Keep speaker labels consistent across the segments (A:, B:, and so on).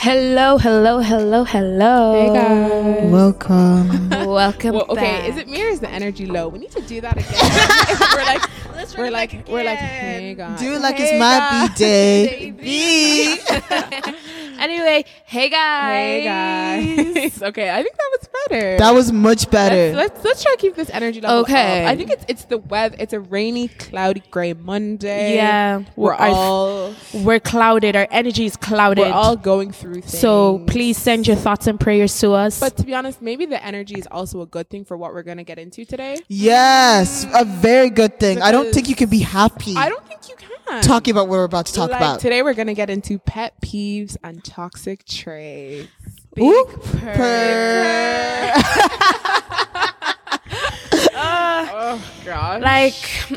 A: Hello, hello, hello, hello.
B: Hey guys.
C: Welcome.
A: Welcome
B: Well, okay,
A: back.
B: is it me or is the energy low? We need to do that again. we're like,
A: Let's
B: we're like, we're like, hey guys.
C: Do it like
B: Hey,
C: it's my
B: guys.
C: B day. B.
A: anyway, hey guys.
B: Hey guys. okay, I think that was better.
C: That was much
B: Let's,
C: better.
B: let's let's try to keep this energy level
A: Okay.
B: up. I think it's it's the weather. It's a rainy, cloudy, gray Monday.
A: Yeah.
B: we're
A: Our-
B: all
A: We're clouded. Our energy is clouded.
B: we're all going through things.
A: so please send your thoughts and prayers to us.
B: But to be honest, maybe the energy is also a good thing for what we're gonna get into today.
C: Yes, a very good thing. I don't
B: Because-
C: think you can be happy
B: I don't think you can
C: talking about what we're about to talk
B: Like,
C: about.
B: Today we're gonna get into pet peeves and toxic traits.
C: Ooh,
A: purr.
C: purr.
B: Oh god.
A: like,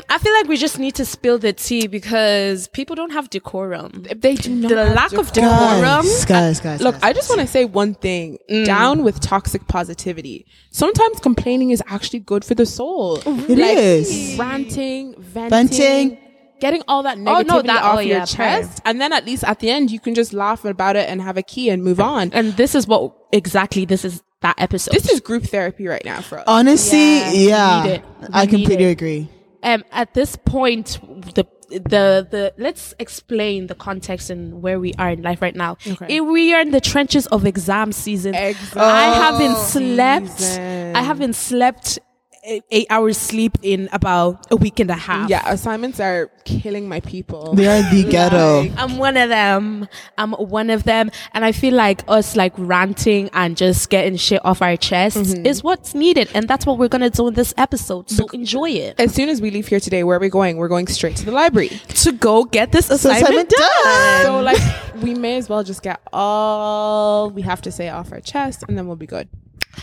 A: I feel like we just need to spill the tea because people don't have decorum.
B: if they do not
A: The
B: have
A: lack of decorum.
C: guys, guys, guys.
B: Look,
C: guys. Mm.
B: I just want to say one thing. Down with toxic positivity. Sometimes complaining is actually good for the soul. It is
C: is.
B: ranting, venting,
C: Venting.
B: getting all that
A: Oh,
B: negativity
A: no, that-
B: off
A: oh,
B: your
A: yeah,
B: chest, and then at least at the end you can just laugh about it and have a key and move on. And
A: And this is what exactly this is that episode.
B: this is group therapy right now for us.
C: honestly,
A: Yeah, we
C: yeah,
A: need it. We
C: I
A: need
C: completely
A: it.
C: agree.
A: um at this point the the the let's explain the context and where we are in life right now.
B: Okay.
A: Eh, we are in the trenches of exam season.
B: Exam
A: I haven't slept.
B: season.
A: I haven't slept eh, eight hours sleep in about a week and a half.
B: yeah, assignments are killing my people.
C: They are the ghetto.
A: I'm one of them. I'm one of them. And I feel like us like ranting and just getting shit off our chests is what's needed. And that's what we're going to do in this episode. So enjoy it.
B: As soon as we leave here today, where are we going? We're going straight to the library.
A: To go get this assignment,
C: assignment done.
B: So like we may as well just get all we have to say off our chest and then we'll be good.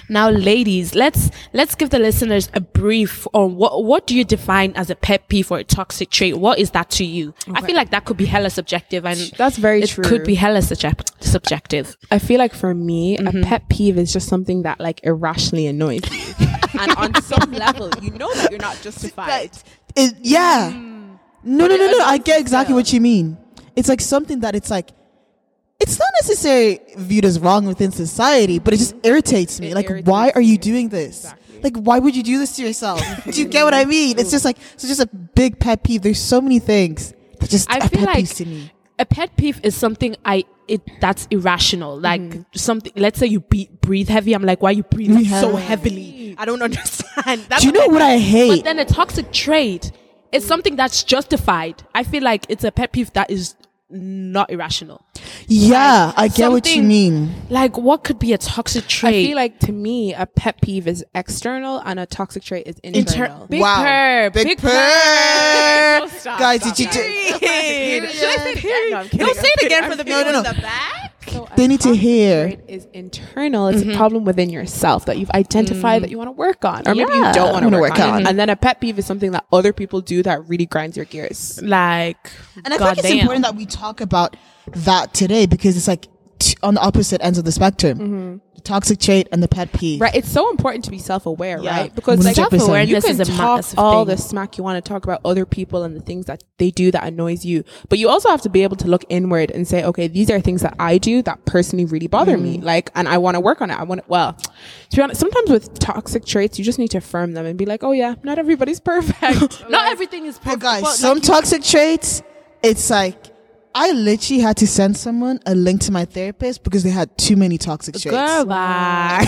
A: Now, ladies, let's let's give the listeners a brief on what what do you define as a pet peeve or a toxic trait? What is that to you? I feel like that could be hella subjective, and
B: That's very
A: it
B: true.
A: could be hella subject- subjective.
B: I feel like for me, a pet peeve is just something that like irrationally annoys you. and on some level, you know that you're not justified.
C: It, yeah.
A: Mm.
C: No, no, no,
B: it
C: no. I
B: annoys
C: get
B: me
C: exactly
B: still.
C: what you mean. It's like something that it's like, it's not necessarily viewed as wrong within society, but it just
A: Mm-hmm.
C: irritates me.
B: It
C: like,
B: irritates
C: why are
B: you.
C: you doing this?
B: Exactly.
C: Like, why would you do this to yourself? do you get what I mean? It's just like, it's just a big pet peeve. There's so many things that just
A: I
C: are
A: feel
C: pet
A: like-
C: peeves to me.
A: A pet peeve is something I it that's irrational. Like something. Let's say you be, breathe heavy. I'm like, why are you breathing
C: Mm-hmm. Yeah.
A: so heavily? I don't understand. That's
C: Do you know
A: pet
C: what I
A: But
C: hate?
A: then a toxic trait is something that's justified. I feel like it's a pet peeve that is not irrational.
C: yeah, I get what you
A: something-
C: mean.
A: Like, what could be a toxic
B: I
A: trait?
B: feel like to me, a pet peeve is external and a toxic trait is
A: Inter-
B: internal.
A: Big purr, big purr.
C: purr. Guys, did you?
A: Period.
C: ju-
B: Should I say it again? No, I'm kidding.
A: Don't say it again for the
C: No,
A: people
C: no,
A: in
C: no.
A: the back.
B: So a
C: They need to
B: toxic
C: hear.
B: trait Is internal. It's a problem within yourself that you've identified that you want to work on, Mm-hmm. Mm. or maybe you
A: Yeah.
B: don't want to
C: Wanna
B: work,
C: work
B: on.
C: on.
B: And then a pet peeve is something that other people do that really grinds your gears.
A: Like,
C: And I think it's important that we talk about that today because it's like t- on the opposite ends of the spectrum.
A: Mm-hmm.
C: The toxic trait and the pet peeve.
B: Right? It's so important to be self-aware,
A: Yeah.
B: right? Because like
C: Self-awareness
B: you
A: self-awareness
B: can
A: is a
B: talk
A: massive
B: all
A: thing.
B: the smack you want to talk about other people and the things that they do that annoys you, but you also have to be able to look inward and say, okay, these are things that I do that personally really bother me,
A: Mm.
B: like, and I want to work on it. I want well, to be honest, sometimes with toxic traits, you just need to affirm them and be like, oh yeah, not everybody's perfect.
A: Not everything is
C: But
A: perfect.
C: guys,
A: but,
C: some
A: like,
C: toxic traits, it's like I literally had to send someone a link to my therapist because they had too many toxic traits.
A: girl, bye.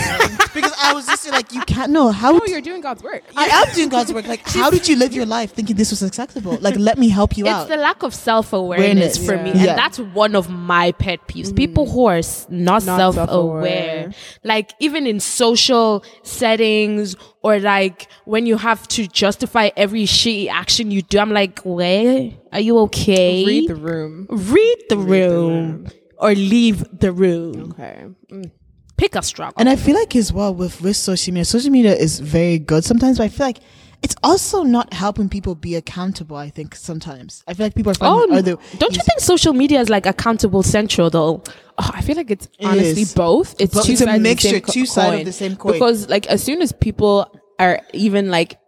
C: Because I was just like, you can't know how.
B: no,
C: d-
B: Oh, you're doing God's work.
C: I am doing God's work. Like, how did you live your life thinking this was acceptable? Like, let me help you
A: It's
C: out.
A: the lack of self awareness
C: Awareness,
A: for
C: yeah.
A: me, and
C: Yeah.
A: that's one of my pet peeves. People who are s- not,
B: Not
A: self
B: self-aware.
A: aware, like even in social settings or like when you have to justify every shitty action you do, I'm like, where are you okay?
B: Read the room.
A: Read the room or leave the room.
B: Okay.
A: Pick a struggle.
C: And I feel like as well with with social media, social media is very good sometimes, but I feel like it's also not helping people be accountable. I think sometimes I feel like people are
A: Oh,
C: finding other.
A: don't you think social media is like accountable central though?
B: Oh, I feel like it's honestly
C: is.
B: both. It's
C: But
B: two
C: it's a
B: sides of the same
C: mixture,
B: co-
C: two side of
B: coin.
C: the same coin.
B: Because like as soon as people are even like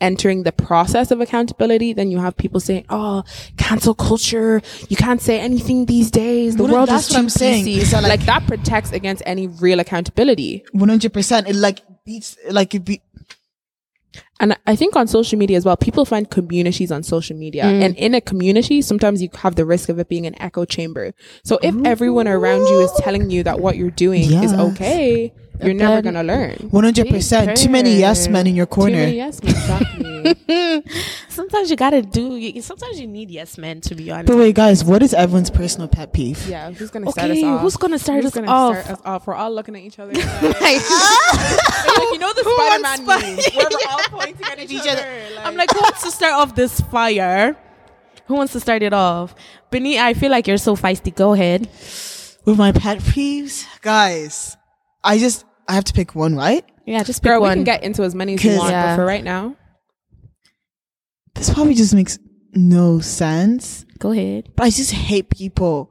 B: entering the process of accountability, then you have people saying, "Oh, cancel culture. You can't say anything these days. The
C: Well,
B: world
C: that's
B: is
C: what
B: too
C: I'm saying.
B: PC."
C: So, like-
B: like that protects against any real accountability.
C: One hundred percent. It like beats like it be
B: And I think on social media as well, people find communities on social media. And in a community, sometimes you have the risk of it being an echo chamber. So if everyone around you is telling you that what you're doing is
C: Yes.
B: okay, you're never going to learn.
C: one hundred percent. Too many yes men in your
B: Too
C: corner.
B: many yes men, exactly.
A: Sometimes you gotta do. you- Sometimes you need yes men. To be honest.
C: But wait, guys, what is everyone's personal pet peeve?
B: yeah, who's going to start us
A: Okay,
B: off?
A: who's gonna start
B: Who's
A: us
B: gonna
A: off?
B: start us off? We're all looking at each other. like, you know the Spider-Man meme where we're all pointing at each
C: other.
B: other.
A: I'm like, who wants to start off this fire? Who wants to start it off? Benny, I feel like you're so feisty. Go ahead.
C: With my pet peeves, guys, I just I have to pick one, right?
A: Yeah, just pick
B: girl, we
A: one.
B: can get into as many as you
C: 'Cause-
B: want,
A: Yeah.
B: but for right now,
C: This probably just makes no sense.
A: Go ahead.
C: But I just hate people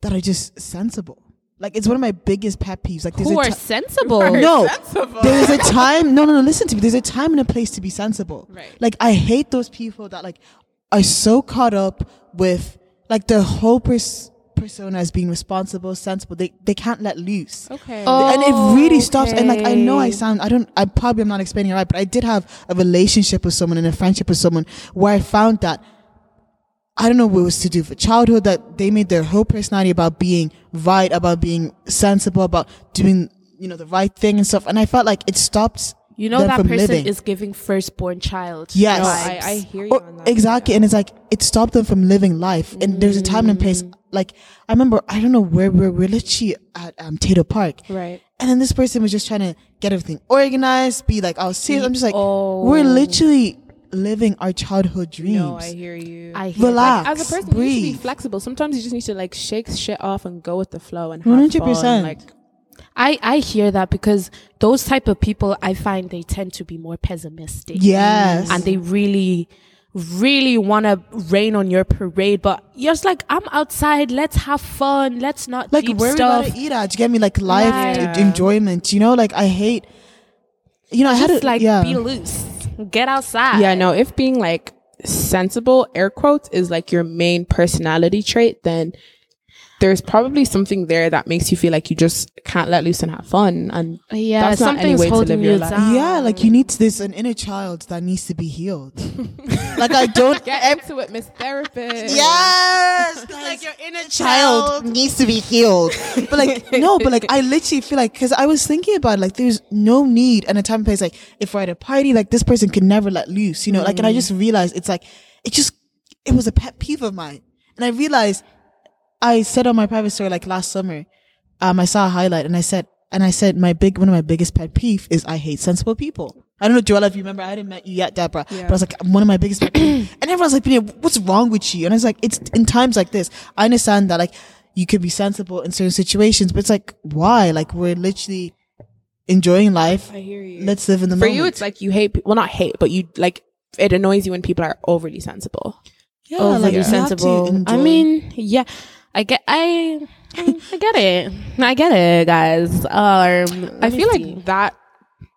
C: that are just sensible. Like it's one of my biggest pet peeves. Like there's
A: Who
C: a
A: are
C: ti-
A: sensible?
C: no,
B: sensible.
C: there is a time. No, no, no. Listen to me. There's a time and a place to be sensible.
B: Right.
C: Like I hate those people that like are so caught up with like their whole pers- persona as being responsible, sensible. They they can't let loose.
B: okay.
C: and it really stops and like i know i
A: okay.
C: sound i don't i probably am not explaining it right but i did have a relationship with someone and a friendship with someone where i found that i don't know what it was to do for childhood that they made their whole personality about being right about being sensible about doing you know the right thing and stuff and i felt like it stopped
A: You know
C: them
A: that
C: from
A: person
C: living.
A: is giving firstborn child.
C: Yes.
B: No,
A: vibes.
B: I, I hear you
C: Oh,
B: on that.
C: exactly. And it's like, it stopped them from living life. And there's a time and
B: Mm.
C: place. Like, I remember, I don't know where we were, we were literally at um, Tato Park.
B: Right.
C: And then this person was just trying to get everything organized, be like, oh, serious. I'm just like,
A: Oh.
C: we're literally living our childhood dreams.
B: No, I hear you.
A: I hear
C: Relax.
A: that.
B: As a person, you need to
C: breathe.
B: be flexible. Sometimes you just need to like shake shit off and go with the flow and have
C: 100%.
B: fun. Like,
A: I, I hear that because those type of people, I find they tend to be more pessimistic.
C: Yes.
A: and they really really want to rain on your parade but you're just like i'm outside let's have fun let's not
C: like,
A: deep
C: where
A: stuff
C: we gotta eat at? Do you get me? Like, life
A: Yeah.
C: e- enjoyment. You know, like, I hate, you know, I had
A: just
C: to,
A: like
C: yeah.
A: be loose get outside
B: yeah, no. If being like sensible air quotes is like your main personality trait, then there's probably something there that makes you feel like you just can't let loose and have fun. And
A: yeah
B: That's not any
A: something's
B: way to
A: holding
B: live your
A: you
B: life.
A: down
C: yeah, like you need to, there's an inner child that needs to be healed. like I don't
B: get into it, Miss Therapist.
C: Yes, like your inner child needs to be healed. But like, no, but like, I literally feel like because I was thinking about it, like, there's no need and a time and place. Like, if we're at a party, like this person could never let loose, you know. Like, and I just realized it's like it just it was a pet peeve of mine, and I realized I said on my private story like last summer, um, I saw a highlight and I said, and I said my big one of my biggest pet peeve is I hate sensible people. I don't know, Joella, if you remember, I hadn't met you yet, Deborah. But I was like, one of my biggest pet peeves. And everyone's like, "Binia, what's wrong with you? And I was like, it's in times like this. I understand that like you could be sensible in certain situations, but it's like, why? Like we're literally enjoying life.
B: I hear you.
C: Let's live in the
B: For
C: moment.
B: you, it's like you hate. pe- Well, not hate, but you like it annoys you when people are overly sensible.
C: yeah,
A: overly
C: you have to
A: sensible i
C: enjoy.
A: mean yeah i get i mm, i get it i get it guys um
B: I feel like that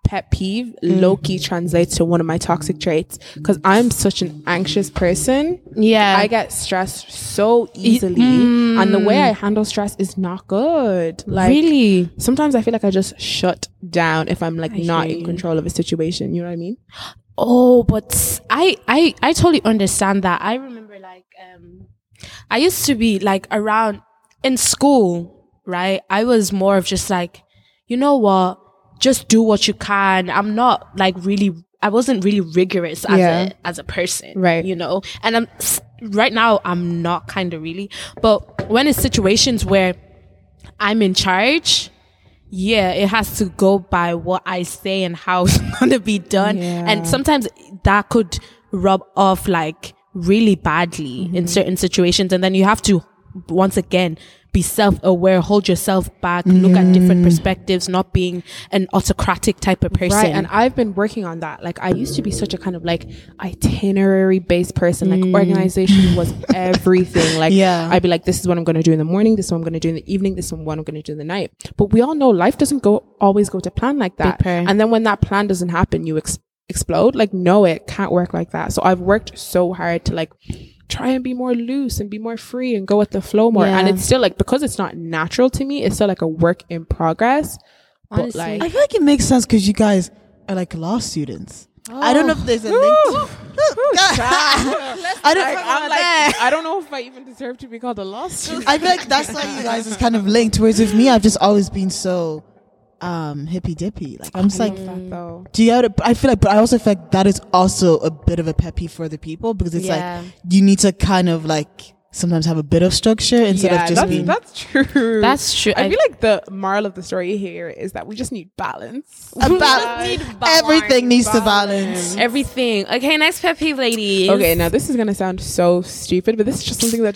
B: pet peeve low key
A: Mm.
B: translates to one of my toxic traits because I'm such an anxious person.
A: yeah
B: I get stressed so easily, and the way I handle stress is not good. Like,
A: mm. really
B: sometimes I feel like I just shut down if I'm like not
A: hear
B: in
A: you.
B: control of a situation. You know what I mean?
A: Oh, but I I I totally understand that. I remember like um I used to be like around in school, right? I was more of just like, you know what? Just do what you can. I'm not like really I wasn't really rigorous as
B: Yeah.
A: a as a person,
B: Right.
A: You know. And I'm s- right now I'm not kind of really. But when it's situations where I'm in charge, yeah, it has to go by what I say and how it's going to be done.
B: Yeah.
A: And sometimes that could rub off like really badly
B: Mm-hmm.
A: in certain situations. And then you have to, once again, be self aware, hold yourself back, look at different perspectives, not being an autocratic type of person.
B: Right. And I've been working on that. Like I used to be such a kind of like itinerary based person. Like
A: Mm.
B: organization was everything. Like
C: Yeah.
B: I'd be like, this is what I'm gonna do in the morning, this is what I'm gonna do in the evening, this is what I'm gonna do in the night. But we all know life doesn't go always go to plan like that.
A: prayer.
B: And then when that plan doesn't happen, you ex- explode. Like, no, it can't work like that. So I've worked so hard to like try and be more loose and be more free and go with the flow more.
A: Yeah.
B: And it's still like because it's not natural to me, it's still like a work in progress.
A: Honestly.
B: But like
C: I feel like it makes sense because you guys are like law students. I don't know if there's a link. to- I don't.
B: I'm like, I don't know if I even deserve to be called a lost. student.
C: I feel like that's why you guys is kind of linked. Whereas with me, I've just always been so um hippy dippy. Like I'm just like,
B: that though.
C: do you? Have to, I feel like, but I also feel like that is also a bit of a pet peeve for the people because it's
A: Yeah.
C: like you need to kind of like sometimes have a bit of structure instead
B: yeah,
C: of just
B: that's,
C: being.
B: that's true.
A: That's true.
B: I,
A: I-
B: feel like the moral of the story here is that we just need balance.
C: A
A: We
C: bal-
A: just need balance.
C: everything needs to balance.
A: Everything. Okay, next pet peeve, ladies.
B: Okay, now this is gonna sound so stupid, but this is just something that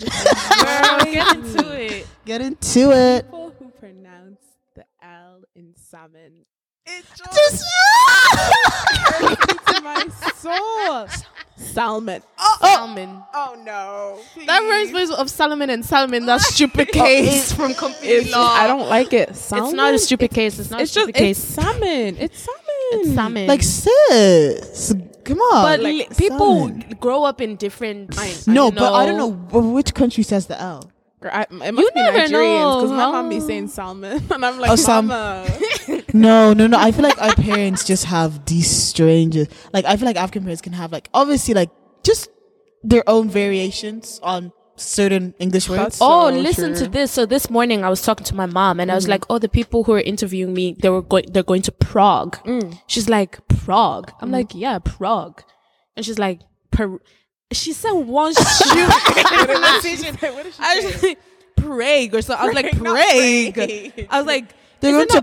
B: just
A: Girl, get into it.
C: Get into it.
B: people who pronounce the L in salmon. It
C: Just
B: into my soul. Salmon.
A: Salmon.
B: Oh no.
A: That reminds me of Solomon and Solomon. That stupid case from complete
B: It's,
A: law.
B: I don't like it. Salmon.
A: It's not a stupid case. It's not
B: It's
A: a
B: just
A: stupid case.
B: it's salmon. It's salmon.
A: It's salmon.
C: like sis, come on.
A: but
C: Like,
A: li- people
C: son.
A: grow up in different. I, I
C: No, but I don't know wh- which country says the L.
B: Girl, I, it must
A: You
B: be
A: never
B: Nigerians because my
A: know.
B: mom be saying salmon, and I'm like,
C: Oh, salm-
B: Mama.
C: No, no, no. I feel like our parents just have these strangest. Like I feel like African parents can have like obviously like just their own variations on certain English words.
B: That's-
A: oh,
B: So
A: listen
B: true.
A: to this. So this morning I was talking to my mom and I
C: Mm.
A: was like, "Oh, the people who are interviewing me, they were going, they're going to Prague."
C: Mm.
A: She's like, "Prague." I'm like, "Yeah, Prague," and she's like, per- "She said one shoe." I was like, Prague or so. I was like,
B: Prague, not
A: Prague.
B: Prague.
A: I was like,
C: They're going to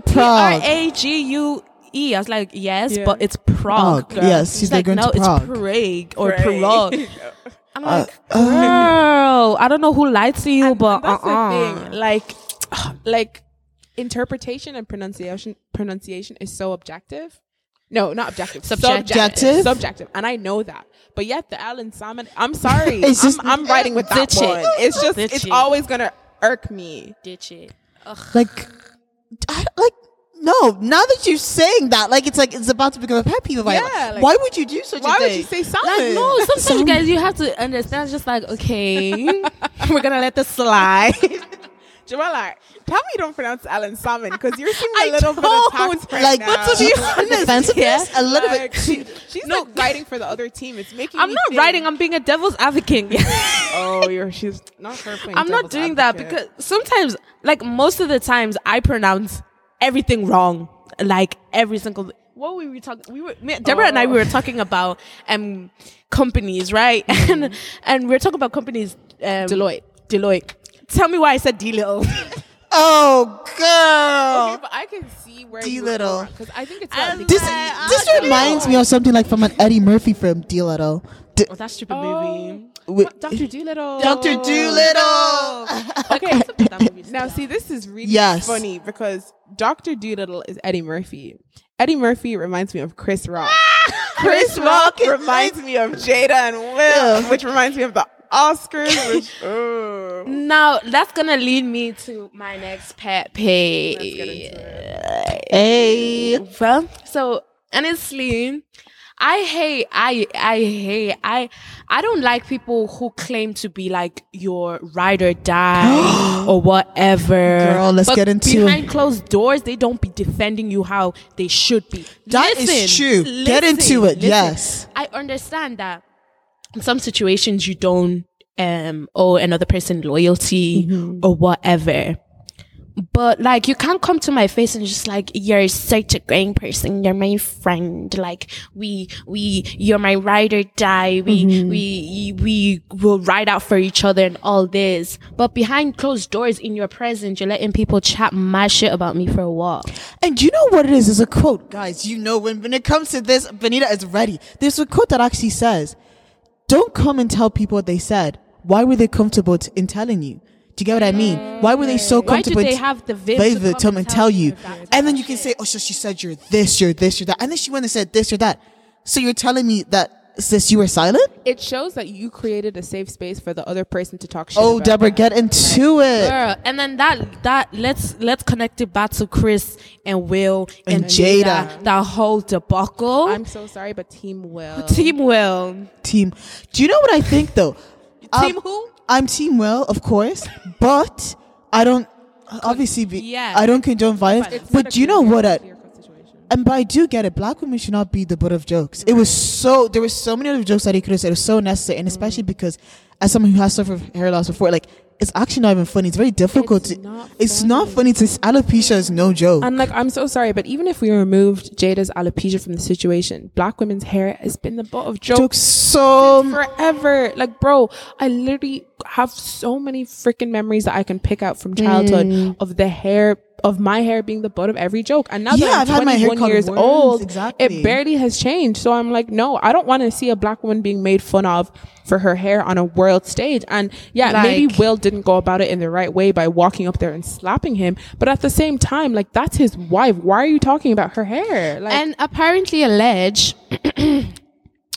A: P R
C: Prague.
A: A G U E. I was like, yes,
B: Yeah.
A: but it's Prague.
C: Prague.
A: girl.
C: Yes,
A: she's
C: they're
A: like,
C: going
A: no,
C: to Prague.
A: it's Prague or
B: Prague.
A: Prague. I'm
C: Uh,
A: like, girl, I don't know who lied to you, but
B: that's
A: uh-uh.
B: the thing. Like, like interpretation and pronunciation pronunciation is so objective. No, not objective.
A: Subjective.
B: Subjective.
C: Subjective?
B: Subjective. And I know that. But yet the Alan Salmon, I'm sorry.
C: It's just-
B: I'm, I'm riding with that
A: Ditch
B: one.
A: it.
B: It's just,
A: Ditch
B: it's
A: it.
B: always going to irk me.
A: Ditch it.
C: like, I, like no. Now that you're saying that, like it's like it's about to become a pet peeve. of mine.
B: Yeah,
C: Like,
B: like-
C: why would you do such
B: Why
C: a thing?
B: would you say salmon?
A: Like, no, sometimes you guys, you have to understand. It's just like, okay, we're gonna let this slide.
B: Jamala, tell me you don't pronounce Alan Salmon because you're seeming
A: I
B: a little bit attacked
A: don't.
B: right
C: like,
B: now.
C: but to be honest, defensiveness, a little
B: Like,
C: bit.
B: she- she's like writing for the other team. It's making.
A: I'm
B: me
A: not
B: think,
A: writing. I'm being a devil's advocate.
B: Oh, you're. She's not her. playing
A: I'm not
B: devil's
A: doing
B: advocate.
A: that because sometimes, like most of the times, I pronounce everything wrong. Like every single. What were we talking? We were me- Deborah and I.
B: Oh.
A: We were talking about um companies, right? and and we are talking about companies. Um,
B: Mm-hmm. Deloitte.
A: Deloitte. Tell me why I said Deloitte.
C: Oh, girl.
B: Okay, but I can see where
C: Doolittle.
B: because I think it's
A: I'm
B: about
C: This
A: Like, ah,
C: this
A: Deal.
C: reminds me of something like from an Eddie Murphy film, Deal at All. D-
A: oh, that stupid movie.
C: wi-
B: Doctor Doolittle.
C: Dr. Doolittle.
B: Okay.
A: That movie's
B: Now, see, this is really
C: Yes.
B: funny because Doctor Doolittle is Eddie Murphy. Eddie Murphy reminds me of Chris Rock. Ah! Chris Rock reminds me of Jada and Will, which reminds me of the Oscars. Which, oh.
A: Now that's gonna lead me to my next pet peeve.
C: Hey.
A: Well, so honestly, I hate, I, I hate, I, I don't like people who claim to be like your ride or die or whatever.
C: Girl, let's
A: But
C: get into it.
A: behind closed doors. They don't be defending you how they should be.
C: That
A: That
C: is
A: is
C: true. Get into it, yes.
A: I understand that in some situations you don't um owe another person loyalty
C: Mm-hmm.
A: or whatever. But like you can't come to my face and just like you're such a great person, you're my friend. Like we we you're my ride or die. We
C: Mm-hmm.
A: we we will ride out for each other and all this. But behind closed doors in your presence, you're letting people chat my shit about me for what?
C: And you know what it is? It's a quote, guys. You know when when it comes to this, Benita is ready. There's a quote that actually says, "Don't come and tell people what they said. Why were they comfortable t- in telling you? Do you get what I mean? Why were they so
A: Why did
C: comfortable?
A: they
C: in-
A: have the vim
C: they
A: to
C: would
A: come
C: tell
A: and
C: me and
A: tell
C: tell
A: you
C: you,
A: that
C: and then you can say, "Oh, so she said you're this, you're this, you're that," and then she went and said this, you're that. So you're telling me that sis, you were silent?
B: It shows that you created a safe space for the other person to talk shit.
C: Oh,
B: about.
C: Deborah, get into it.
A: Girl, and then that that let's let's connect it back to Chris and Will
C: And
A: and,
C: Jada.
A: That whole debacle.
B: I'm so sorry, but team will.
A: Team Will.
C: Team. Do you know what I think though?
A: Team who?
C: I'm Team Will, of course, but I don't obviously be,
A: yeah.
C: I don't condone violence.
A: It's
C: but do you know what? I,
B: situation.
C: and but I do get it. Black women should not be the butt of jokes. It was so there were so many other jokes that he could have said. It was so necessary, and especially
B: Mm.
C: because as someone who has suffered from hair loss before, like it's actually not even funny. It's very difficult
B: It's
C: to.
B: not
C: it's not funny. To alopecia is no joke.
B: And like, I'm so sorry, but even if we removed Jada's alopecia from the situation, black women's hair has been the butt of jokes
C: jokes so
B: forever. Like, bro, I literally have so many freaking memories that I can pick out from childhood
C: Mm.
B: of the hair of my hair being the butt of every joke. And now
C: Yeah,
B: that I'm
C: I've had my hair
B: 21
C: colored
B: years
C: worse,
B: old,
C: exactly.
B: it barely has changed. So I'm like, no, I don't want to see a black woman being made fun of for her hair on a world stage. And yeah, maybe
A: Like-
B: Will didn't go about it in the right way by walking up there and slapping him. But at the same time, like that's his wife. Why are you talking about her hair? Like
A: and apparently alleged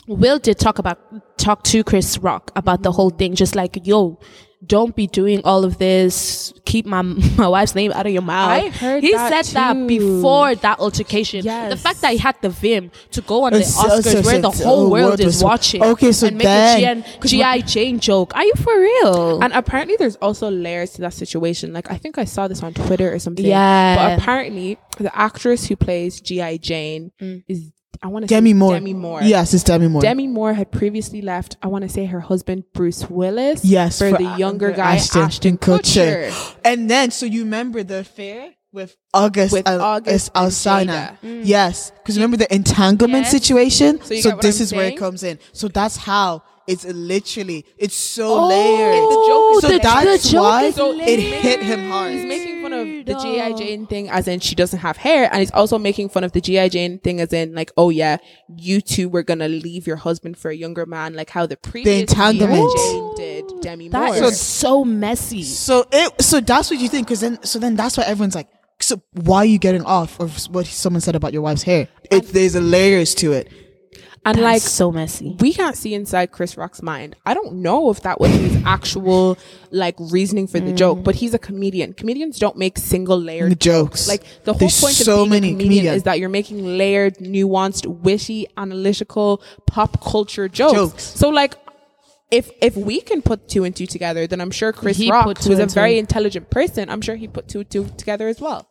A: Will did talk about talk to Chris Rock about the whole thing, just like yo, don't be doing all of this. Keep my my wife's name out of your mouth.
B: I heard
A: he said
B: that too.
A: that before that altercation. The
B: Yes.
A: fact that he had the vim to go on the
C: It's Uh, so-
A: Oscars
C: so-
A: where
C: so-
A: the
C: so-
A: whole
C: oh,
A: world
C: world
A: is
C: was-
A: watching.
C: okay, so
A: and make a
C: then-
A: GN, GI Jane joke. Are you for real?
B: And apparently, there's also layers to that situation. Like, I think I saw this on Twitter or something.
A: Yeah.
B: But apparently, the actress who plays G.I. Jane is, I want to
C: Demi
B: say
C: Moore.
B: Demi Moore.
C: Yes, it's Demi Moore.
B: Demi Moore had previously left, I want to say her husband, Bruce Willis.
C: Yes,
B: For, the younger guy, Ashton, Kutcher.
C: And then, so you remember the affair with August
B: With
C: Al-
B: August
C: Al-
B: and Mm.
C: Alsina. Yes, because remember the entanglement
A: Yes.
C: situation.
B: So
C: So,
B: you get what
C: this
B: I'm
C: is where it
B: saying?
C: comes in. So that's how it's literally it's so
A: Oh,
C: layered.
B: the joke is
C: so
B: layered.
A: The
C: that's
A: joke
C: why
A: is
C: it hit him
B: He's
C: hard.
B: making fun of the
A: Dude,
B: G.I.
A: oh.
B: Jane thing as in she doesn't have hair. And he's also making fun of the G.I. Jane thing as in like, oh yeah, you two were going to leave your husband for a younger man. Like how the previous
C: entanglement.
B: G.I. Jane did Demi
A: that
B: Moore.
A: is
C: So-
A: so messy.
C: So it so that's what you think. Because then so then that's why everyone's like. So why are you getting off of what someone said about your wife's hair? It, there's layers to it.
B: and
A: Like
B: like,
A: so messy.
B: we can't see inside Chris Rock's mind. I don't know if that was his actual like reasoning for the joke, but he's a comedian. Comedians don't make single layered
C: Mm. The jokes.
B: Like the whole
C: There's
B: point of
C: so
B: being
C: many
B: a comedian,
C: comedian.
B: is that you're making layered, nuanced, witty, analytical, pop culture jokes.
C: Jokes.
B: So like if if we can put two and two together, then I'm sure Chris
A: He
B: Rock,
A: put two
B: who's a
A: and two.
B: very intelligent person, I'm sure he put two and two together as well.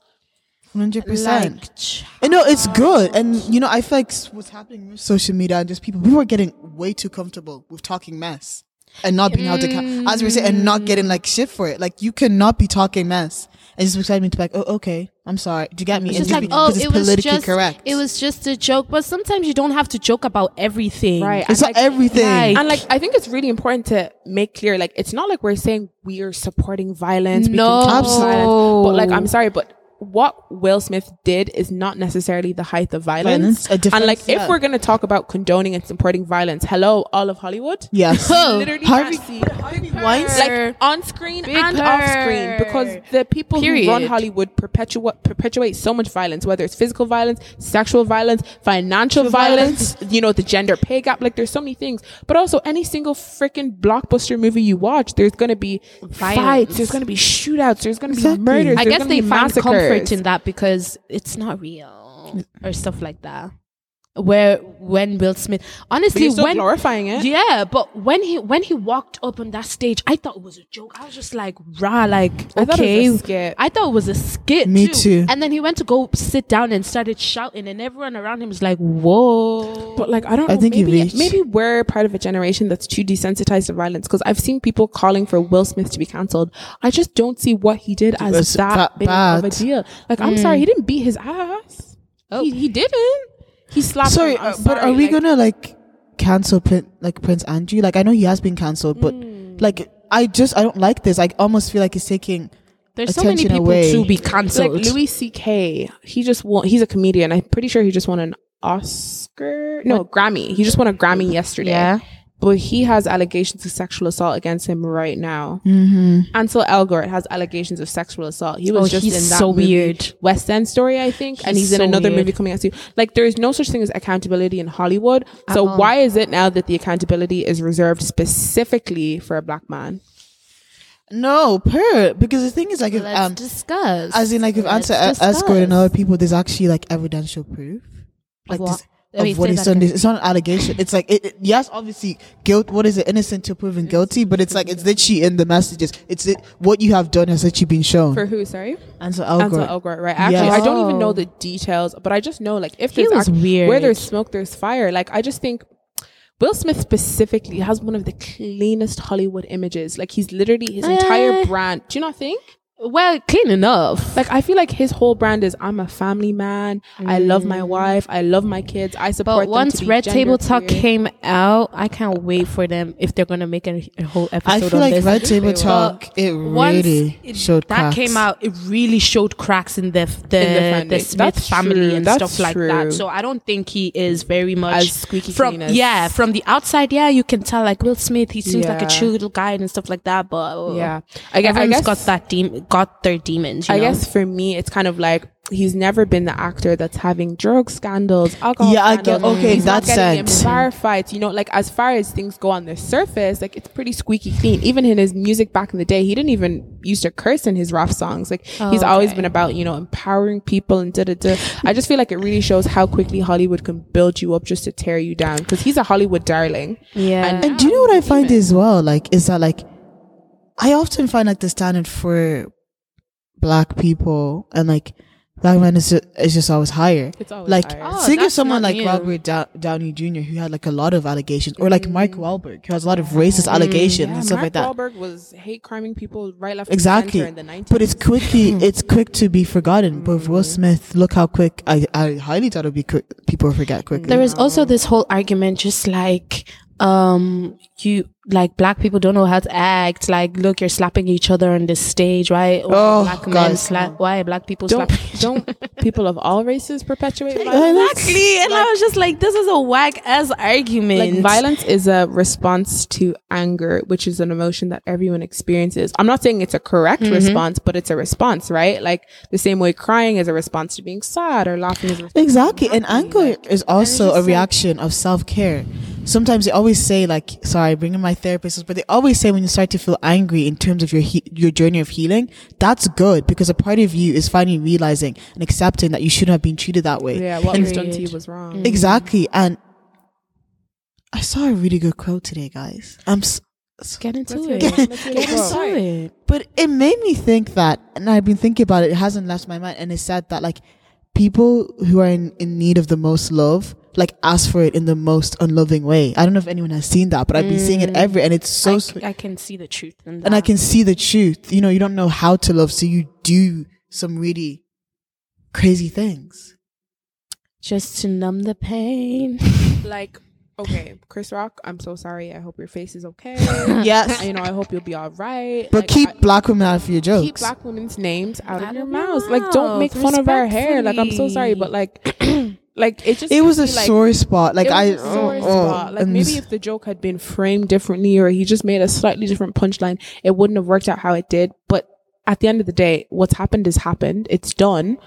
C: Hundred percent.
A: Like, ch-
C: And no, it's good. And you know, I feel like s- what's happening with social media and just people, we were getting way too comfortable with talking mess and not being held accountable, as we say, and not getting like shit for it. Like you cannot be talking mess and just expect me to be like, oh, okay, I'm sorry. Do you get me?
A: It's
C: And
A: just like,
C: be-
A: oh,
C: 'cause
A: it was
C: politically
A: just
C: correct.
A: it was just a joke. But sometimes you don't have to joke about everything,
B: Right.
C: It's not
B: like-
C: everything.
A: like-
B: and like I think it's really important to make clear, like it's not like we're saying we are supporting violence.
A: No.
B: we condone
A: Absolutely.
B: violence, but like I'm sorry, but what Will Smith did is not necessarily the height of violence.
C: Violence, a difference,
B: and like
C: yeah.
B: if we're gonna talk about condoning and supporting violence, hello, all of Hollywood.
C: yes.
A: Oh,
B: Literally
C: Harvey-
B: can't see
A: Weinstein-
B: like on screen
A: Big
B: and off screen
A: purr.
B: because the people who run
A: Period.
B: Hollywood perpetuate perpetuate so much violence, whether it's physical violence, sexual violence, financial violence, you know, the gender pay gap. Like there's so many things, but also any single freaking blockbuster movie you watch, there's gonna be
A: Violence.
B: fights, there's gonna be shootouts, there's gonna
C: Exactly.
B: be murders.
A: I
B: there's
A: guess
B: gonna
A: they
B: be
A: find
B: massacres.
A: comfort in that because it's not real or stuff like that. Where when Will Smith,
B: But
A: honestly,
B: you're still
A: when
B: glorifying it.
A: yeah, but when he when he walked up on that stage, I thought it was a joke. I was just like, rah, like
B: I thought it
A: okay.
B: was a skit.
A: I thought it was a skit.
C: Me too.
A: And then he went to go sit down and started shouting, and everyone around him was like, "Whoa!"
B: But like I don't
C: I
B: know,
C: think he
B: maybe
C: reached.
B: maybe we're part of a generation that's too desensitized to violence because I've seen people calling for Will Smith to be canceled. I just don't see what he did as
C: was
B: that,
C: that
B: big of a
C: bad.
B: deal. Like I'm sorry, he didn't beat his ass. He, he didn't. He slapped.
C: Sorry,
B: him. I'm
C: uh, but are
B: sorry,
C: we
B: like-
C: gonna like cancel Prin- like Prince Andrew? Like I know he has been canceled, but
A: Hmm.
C: like I just I don't like this. I almost feel like he's taking.
A: There's so many
C: attention
A: people
C: away.
A: to be
B: like
A: cancelled.
B: Louis C.K. He just won. He's a comedian. I'm pretty sure he just won an Oscar. No, Grammy. He just won a Grammy yesterday.
A: Yeah.
B: but he has allegations of sexual assault against him right now.
C: Mm-hmm.
B: Ansel Elgort has allegations of sexual assault. He was
A: Oh,
B: just
A: he's
B: in that
A: so
B: movie,
A: weird.
B: West End story, I think, and
A: He's
B: he's in
A: so
B: another
A: weird.
B: movie coming out soon. Like there is no such thing as accountability in Hollywood. So
A: At all.
B: why is it now that the accountability is reserved specifically for a black man?
C: No, per because the thing is like if
D: Let's
C: um
D: discuss.
C: as in like if uh,
D: Let's
C: answer
D: discuss.
C: escort and other people, there's actually like evidential proof. Like
D: What?
C: this
D: Let me
C: of what
D: say
C: he's
D: that
C: done.
D: again.
C: It's not an allegation. It's like it, it- yes, obviously guilt. What is it? Innocent to proven guilty. But it's like it's literally in the messages. It's it, what you have done has literally been shown.
B: For who? Sorry,
C: Ansel
B: Ansel
C: Elgort.
B: Elgort. Right. Actually,
C: Yes.
B: I don't even know
A: Oh.
B: the details, but I just know like if
A: He was
B: there's
A: weird.
B: where there's smoke, there's fire. Like I just think Will Smith specifically has one of the cleanest Hollywood images. Like he's literally his entire
A: Eh.
B: brand. Do you not think?
A: well, clean enough.
B: Like I feel like his whole brand is I'm a family man. I love my wife. I love my kids. I support.
A: But once
B: them to be
A: Red Table
B: genderqueer.
A: Talk came out, I can't wait for them if they're gonna make a, a whole
C: I
A: episode.
C: feel
A: on
C: like
A: this.
C: Red Table
A: But
C: Talk. It
A: once
C: really
A: it-
C: showed
A: that
C: cracks.
A: came out, it really showed cracks in the f- the,
B: In the
A: the,
B: foundation.
A: Smith
B: That's
A: family
B: true.
A: and
B: That's
A: stuff like
B: true.
A: that. So I don't think he is very much
B: As squeaky
A: from
B: clean as-
A: yeah from the outside. Yeah, you can tell like Will Smith. He seems like a
B: Yeah.
A: chill little guy and stuff like that. But uh,
B: yeah, I
A: I
B: guess.
A: guess,
B: I
A: everyone's
B: guess,
A: got that dem- got their demons. You
B: I
A: know?
B: guess for me, it's kind of like he's never been the actor that's having drug scandals, alcohol.
C: Yeah, I get-
B: scandals.
C: okay,
B: He's not
C: that
B: getting in
C: sense.
B: bar fights. You know, like as far as things go on the surface, like it's pretty squeaky clean. Even in his music back in the day, he didn't even used to curse in his rap songs. Like he's
C: Oh,
B: always been about you know empowering people and da da da. I just feel like it really shows how quickly Hollywood can build you up just to tear you down because he's a Hollywood darling.
A: yeah.
B: And-
C: And do you know what I find as well? Like, is that like, I often find like the standard for black people and like black men is just, is just always higher.
B: It's always
C: Like,
B: higher.
A: Oh,
C: think of
A: that's
C: someone
A: not
C: like
A: new.
C: Robert Dow- Downey Jr., who had like a lot of allegations, or like Mike
A: Mm.
C: Wahlberg, who has a lot of racist allegations and stuff
B: Mark
C: like that.
B: Wahlberg was hate criming people right left
C: Exactly.
B: and center in the 90s.
C: But it's quickly, it's quick to be forgotten. But with Will
A: Mm.
C: Smith, look how quick. I, I highly doubt it'll be quick. People forget quickly.
A: There is also this whole argument, just like um you like black people don't know how to act. Like, look, you're slapping each other on the stage, right? Why
C: Oh,
A: black
C: guys,
A: slap. Why are black people
B: don't
A: slapping?
B: don't people of all races perpetuate violence?
A: Exactly, and I was just like, this is a whack ass
B: Like
A: argument.
B: violence is a response to anger, which is an emotion that everyone experiences. I'm not saying it's a correct
C: Mm-hmm.
B: response, but it's a response, right? Like the same way crying is a response to being sad or laughing is a response.
C: Exactly. And anger is also a reaction of self care. Sometimes they always say, like, sorry, bringing my therapist, but they always say when you start to feel angry in terms of your he- your journey of healing, that's good because a part of you is finally realizing and accepting that you shouldn't have been treated that way.
B: Yeah, what was done to you was wrong.
C: Exactly. And I saw a really good quote today, guys. I'm s- s-
A: Get into
B: Let's
A: it.
B: hear it. Let's hear
A: Get
B: it.
A: into it.
C: but it made me think that, and I've been thinking about it. It hasn't left my mind, and it said that like people who are in, in need of the most love, like ask for it in the most unloving way. I don't know if anyone has seen that, but I've been seeing it every, and it's so
A: I,
C: sweet.
A: I can see the truth, in
C: and I
A: that.
C: can see the truth. You know, you don't know how to love, so you do some really crazy things.
A: just to numb the pain.
B: Like, okay, Chris Rock, I'm so sorry. I hope your face is okay.
C: yes,
B: you know, I hope you'll be all right.
C: but
B: Like,
C: keep
B: I-
C: black women out of your jokes.
B: Keep black women's names out,
A: Out
B: of your
A: of your
B: mouths. Like, don't make
A: mouth,
B: fun of our hair. Like, I'm so sorry,
A: respectfully.
B: but like, like it just
C: it was a
B: gives me, like,
C: sore spot. Like
B: it was
C: I,
B: a sore
C: oh, oh,
B: spot. like
C: I'm
B: maybe
C: s-
B: if the joke had been framed differently, or he just made a slightly different punchline, it wouldn't have worked out how it did. But at the end of the day, what's happened is happened. It's done.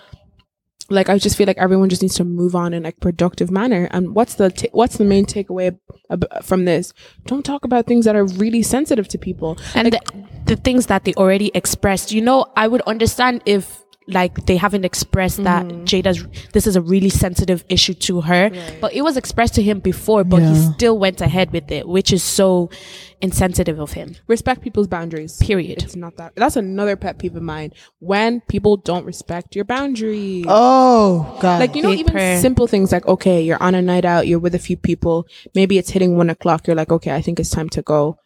B: Like I just feel like everyone just needs to move on in like productive manner. And what's the ta- what's the main takeaway ab- from this? Don't talk about things that are really sensitive to people.
A: and the, the things that they already expressed you know i would understand if like they haven't expressed that jada's this is a really sensitive issue to her but it was expressed to him before but he
C: Yeah.
A: still went ahead with it which is so insensitive of him
B: respect people's boundaries.
A: Period.
B: It's not that. That's another pet peeve of mine. When people don't respect your boundaries.
C: oh god.
B: Like you know,
A: Big
B: even
A: prayer.
B: simple things like okay, you're on a night out, you're with a few people. Maybe it's hitting one o'clock. You're like, okay, I think it's time to go,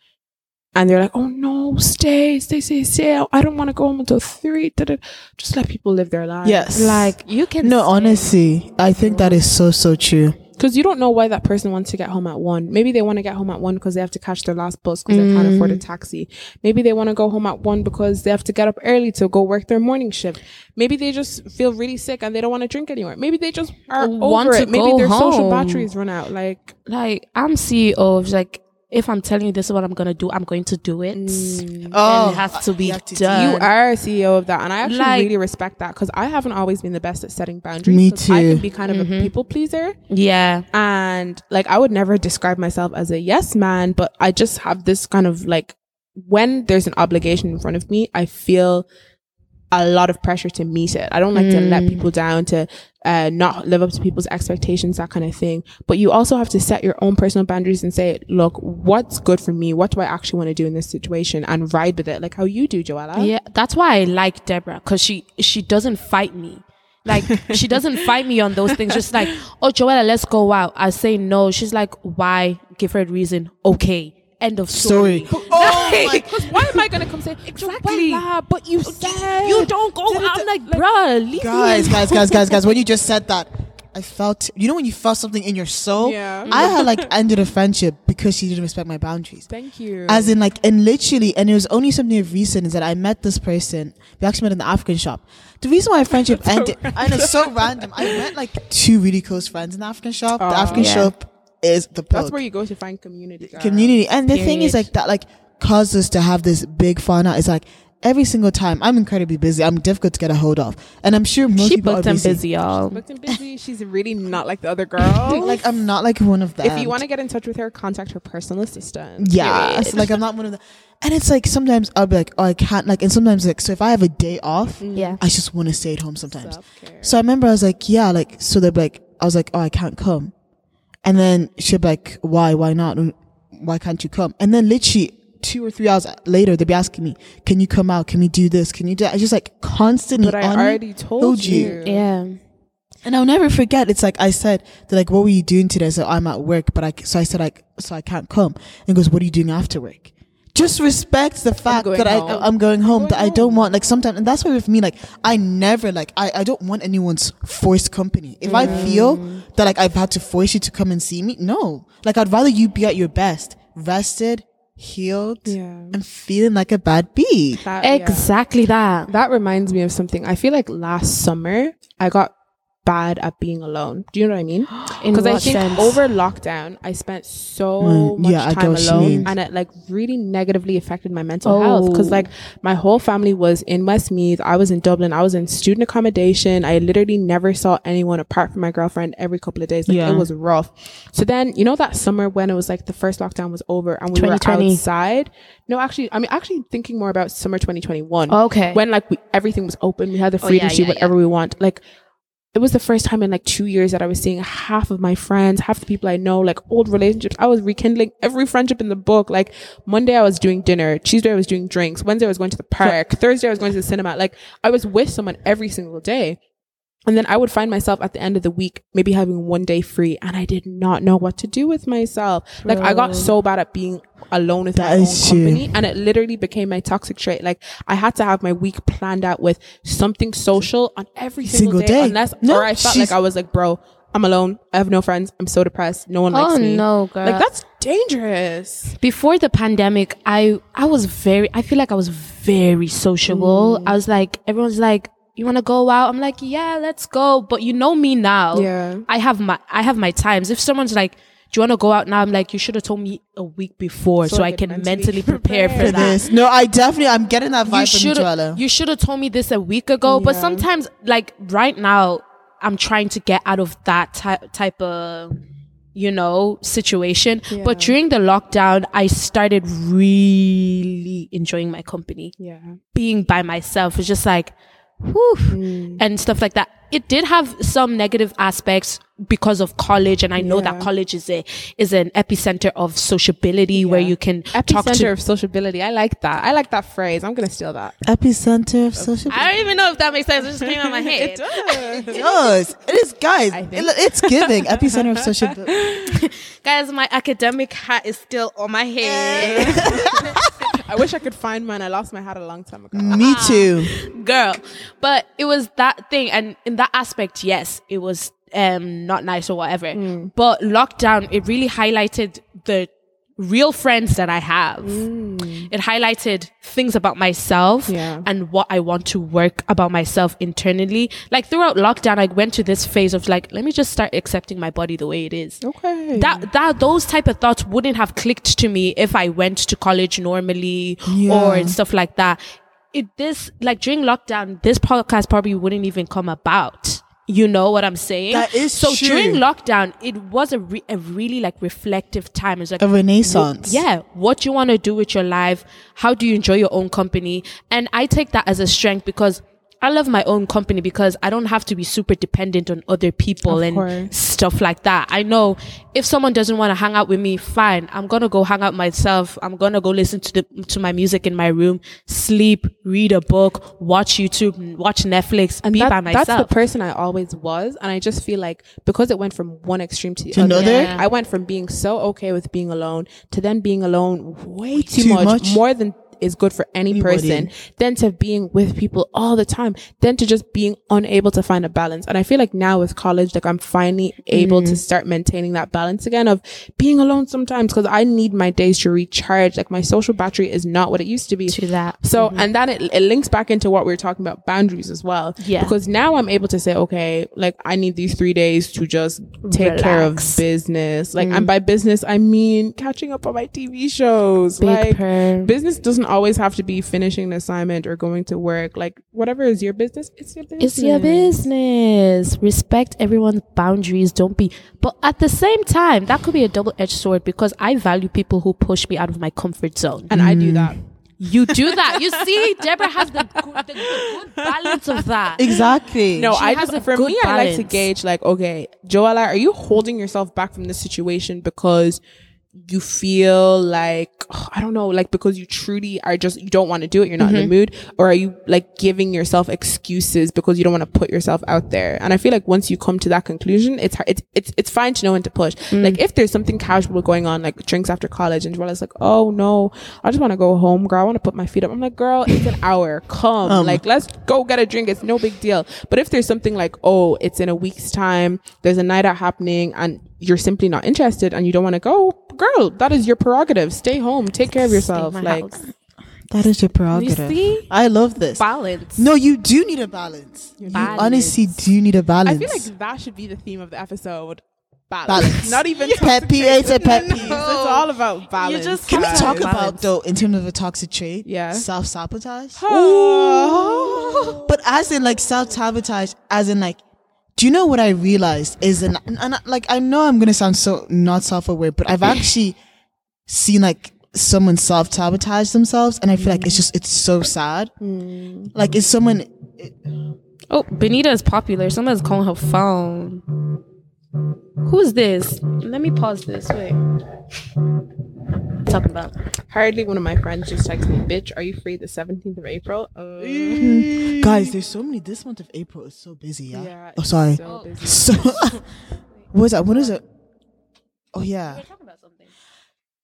B: and they're like, oh no, stay, stay, stay, stay. I don't want to go home until three. Da-da. Just let people live their lives.
C: yes,
A: like you can
C: No, honestly, I think that is so so true.
B: because you don't know why that person wants to get home at one. Maybe they want to get home at one because they have to catch their last bus because they can't afford
A: Mm.
B: a taxi. Maybe they want to go home at one because they have to get up early to go work their morning shift. Maybe they just feel really sick and they don't want to drink anymore. Maybe they just are
A: Want
B: over
A: to
B: it. Maybe
A: go
B: their
A: home.
B: social batteries run out. Like
A: like i'm ceo E of like if I'm telling you this is what I'm gonna do, I'm going to do it.
C: Oh,
A: and it has Mm. to
C: you
A: be
C: have to do-
A: done.
B: You are a CEO of that, and I actually
A: Like-
B: really respect that because I haven't always been the best at setting boundaries.
C: Me
B: 'cause I
C: too.
B: can be kind of
A: Mm-hmm.
B: a people pleaser,
A: yeah.
B: and like I would never describe myself as a yes man, but I just have this kind of like when there's an obligation in front of me, I feel a lot of pressure to meet it. I don't like to let people down, to uh, not live up to people's expectations, that kind of thing. But you also have to set your own personal boundaries and say, look, what's good for me? What do I actually want to do in this situation? And ride with it, like how you do, Joella.
A: Yeah, that's why I like Deborah because she she doesn't fight me. Like she doesn't fight me on those things. Just like, oh Joella, let's go out. I say no. She's like, why? Give her a reason. Okay. End of story.
C: Sorry.
B: Oh my! Because why am I gonna come say
A: Exactly.
B: "Joella, But you said
A: You don't go. I'm like, bruh, leave me
C: guys, guys, guys, guys, guys. When you just said that, I felt. You know when you felt something in your soul.
B: Yeah.
C: I had like ended a friendship because she didn't respect my boundaries.
B: Thank you.
C: As in, like, and literally, and it was only something of recent is that I met this person. We actually met in the African shop. The reason why our friendship ended, and it's so random. I met like two really close friends in the African shop. the African
A: yeah.
C: shop is the
B: that's
C: plug.
B: where you go to find community. girl.
C: community. And the thing is,
A: Period.
C: like that, like caused us to have this big falling out. It's like every single time I'm incredibly busy. I'm difficult to get a hold of, and I'm sure most
A: She
C: people are
A: booked and
C: busy.
A: busy, y'all.
B: Looked and busy. She's really not like the other girl.
C: Um, Like I'm not like one of them.
B: if you want to get in touch with her, contact her personal assistant.
C: yeah, so, like I'm not one of them. And it's like sometimes I'll be like, oh, I can't like, and sometimes like, so if I have a day off,
A: Yeah.
C: I just want to stay at home sometimes.
B: Mm. Self-care.
C: So I remember I was like, yeah, like, so they're like, I was like, oh, I can't come. And then she'd be like, why, why not? And Why can't you come? And then literally two or three hours later, they'd be asking me, can you come out? Can we do this? Can you do that? I just like constantly.
B: But I
C: on-
B: already told, you.
A: Yeah.
C: And I'll never forget. It's like I said, they're like, what were you doing today? So I'm at work, but I, so I said, like, so I can't come. And he goes, what are you doing after work? Just respect the fact
B: going
C: that
B: home.
C: I, I'm going home, that I don't want, like sometimes, and that's why with me, like, I never, like, I, I don't want anyone's forced company. If I feel that, like, I've had to force you to come and see me, no. Like, I'd rather you be at your best, rested, healed,
B: Yeah.
C: and feeling like a bad bee.
B: That, yeah.
A: Exactly that.
B: That reminds me of something. I feel like last summer I got bad at being alone. Do you know what I mean?
A: In
B: Because I
A: what
B: think
A: sense?
B: over lockdown I spent so
C: Mm,
B: much
C: yeah, I get
B: time
C: what you
B: alone,
C: mean.
B: and it like really negatively affected my mental health. Because
A: Oh.
B: like my whole family was in Westmeath, I was in Dublin, I was in student accommodation. I literally never saw anyone apart from my girlfriend every couple of days. Like
C: Yeah.
B: it was rough. So then you know that summer when it was like the first lockdown was over and we were
A: 2020.
B: outside. No, actually, I mean actually thinking more about summer 2021
A: Okay.
B: when like we, everything was open we had the
A: Oh,
B: freedom
A: yeah,
B: to do
A: yeah,
B: whatever we want like it was the first time in like two years that i was seeing half of my friends half the people i know like old relationships i was rekindling every friendship in the book like monday i was doing dinner tuesday i was doing drinks wednesday i was going to the park thursday i was going to the cinema like i was with someone every single day and then I would find myself at the end of the week, maybe having one day free, and I did not know what to do with myself. Like I got so bad at being alone with
C: That
B: my
C: is
B: own
C: true.
B: company, and it literally became my toxic trait. Like I had to have my week planned out with something social on every single,
C: Single
B: day,
C: day.
B: unless
C: No,
B: or I felt
C: she's-
B: like I was like, bro, I'm alone. I have no friends. I'm so depressed. No one
A: oh
B: likes me.
A: no, girl.
B: Like that's dangerous.
A: before the pandemic i i was very i feel like i was very sociable i was like everyone's like you want to go out i'm like yeah let's go but you know me now
B: Yeah.
A: i have my i have my times if someone's like do you want to go out now i'm like you should have told me a week before so,
B: So I
A: i can
B: could mentally
A: mentally, prepare,
B: prepare.
A: for
C: For
A: that
C: this. No, I definitely, I'm getting that
A: you
C: vibe from
A: should
C: Joella.
A: have you should have told me this a week ago but
B: Yeah.
A: sometimes like right now i'm trying to get out of that ty- type of you know situation but
B: Yeah.
A: during the lockdown i started really enjoying my company
B: Yeah.
A: being by myself it's just like whew,
B: Mm.
A: and stuff like that it did have some negative aspects because of college and i know
B: Yeah.
A: that college is a is an epicenter of sociability where
B: Yeah.
A: you can talk
B: Epicenter
A: to
B: of sociability. I like that. I like that phrase. I'm gonna steal that.
C: Epicenter of social.
A: I don't even know if that makes sense. It just came out my head.
C: It does. It is, guys. It, it's giving epicenter of social.
A: Guys, my academic hat is still on my head.
B: I wish I could find mine. I lost my hat a long time ago.
C: Me too.
A: Girl. But it was that thing. And in that aspect, yes, it was um, not nice or whatever. But lockdown, it really highlighted the real friends that I have. It highlighted things about myself
B: Yeah.
A: and what I want to work about myself internally. Like throughout lockdown, I went to this phase of like, let me just start accepting my body the way it is.
B: Okay.
A: That that those type of thoughts wouldn't have clicked to me if I went to college normally or stuff like that. It this like during lockdown, this podcast probably wouldn't even come about. You know what I'm saying?
C: That is
A: so
C: true.
A: during lockdown, it was a, re- a really like reflective time. It's like
C: A renaissance.
A: yeah, what you want to do with your life, how do you enjoy your own company? And I take that as a strength because I love my own company because I don't have to be super dependent on other people
B: Of
A: and
B: course.
A: stuff like that. I know if someone doesn't want to hang out with me, fine. I'm going to go hang out myself. I'm going to go listen to the to my music in my room, sleep, read a book, watch YouTube, watch Netflix, be
B: that-
A: by myself.
B: That's the person I always was, and I just feel like because it went from one extreme to the
C: To
B: other,
C: another?
A: Yeah.
B: I went from being so okay with being alone to then being alone way too,
C: Too
B: much,
C: much?
B: more than is good for any person, then to being with people all the time, then to just being unable to find a balance. And I feel like now with college, like I'm finally able
A: Mm-hmm.
B: to start maintaining that balance again of being alone sometimes because I need my days to recharge. Like my social battery is not what it used to be.
A: To that.
B: So, and then it, it links back into what we were talking about boundaries as well.
A: Yeah.
B: Because now I'm able to say, okay, like I need these three days to just take care of
A: Relax. Mm.
B: business. Like, and by business, I mean catching up on my TV shows.
A: Big
B: like,
A: purr.
B: business doesn't always have to be finishing an assignment or going to work. Like, whatever is your business, it's your
A: It's
B: business.
A: your business. Respect everyone's boundaries. Don't be. But at the same time, that could be a double edged sword because I value people who push me out of my comfort zone.
B: And I do that.
A: You do that. You see, Deborah has the, good- the, the good balance of that.
C: Exactly.
B: No, I
A: has
B: just
A: a
B: for
A: good
B: me, I like to
A: balance.
B: gauge like, okay, Joella, are you holding yourself back from this situation because you feel like ugh, I don't know, like because you truly are just you don't want to do it, you're not
A: Mm-hmm.
B: in the mood, or are you like giving yourself excuses because you don't want to put yourself out there? And I feel like once you come to that conclusion, it's hard- it's it's it's fine to know when to push.
A: Mm.
B: Like if there's something casual going on, like drinks after college, and Joella's like, oh no, I just want to go home, girl. I want to put my feet up. I'm like, girl, it's an hour. Come,
C: Um.
B: like let's go get a drink. It's no big deal. But if there's something like, oh, it's in a week's time, there's a night out happening, and you're simply not interested and you don't want to go, girl, that is your prerogative. Stay home, take care of yourself.
A: my
B: Like,
A: house.
C: that is your
A: You
C: prerogative.
A: see,
C: I love this.
A: balance.
C: no, you do need a balance. You
A: Balance.
C: honestly do need a
B: I
C: balance.
B: feel like that should be the theme of the episode. Balance.
C: Balance.
B: Not even
C: Pet peeves and pet
B: No,
C: peeves.
B: It's all about balance.
A: just
C: Can we
A: Balance.
C: talk
A: Balance.
C: about though in terms of a toxic trait?
B: Yeah.
C: Self sabotage.
B: Oh.
C: But as in like self sabotage, as in like, do you know what I realized is an and, and like I know I'm gonna sound so not self aware, but I've actually seen like someone self sabotage themselves, and I feel like it's just it's so sad. Like if someone
A: Oh, Benita is popular. Someone's calling her phone. Who's this? Let me pause this. Wait. Talking about.
B: Hardly one of my friends just texted me, bitch, are you free the 17th of April? Uh,
C: guys, there's so many. This month of April is so busy. Yeah.
B: yeah,
C: oh, sorry.
B: so busy.
C: So, what is that? What is it? Oh yeah.
A: Talking about something.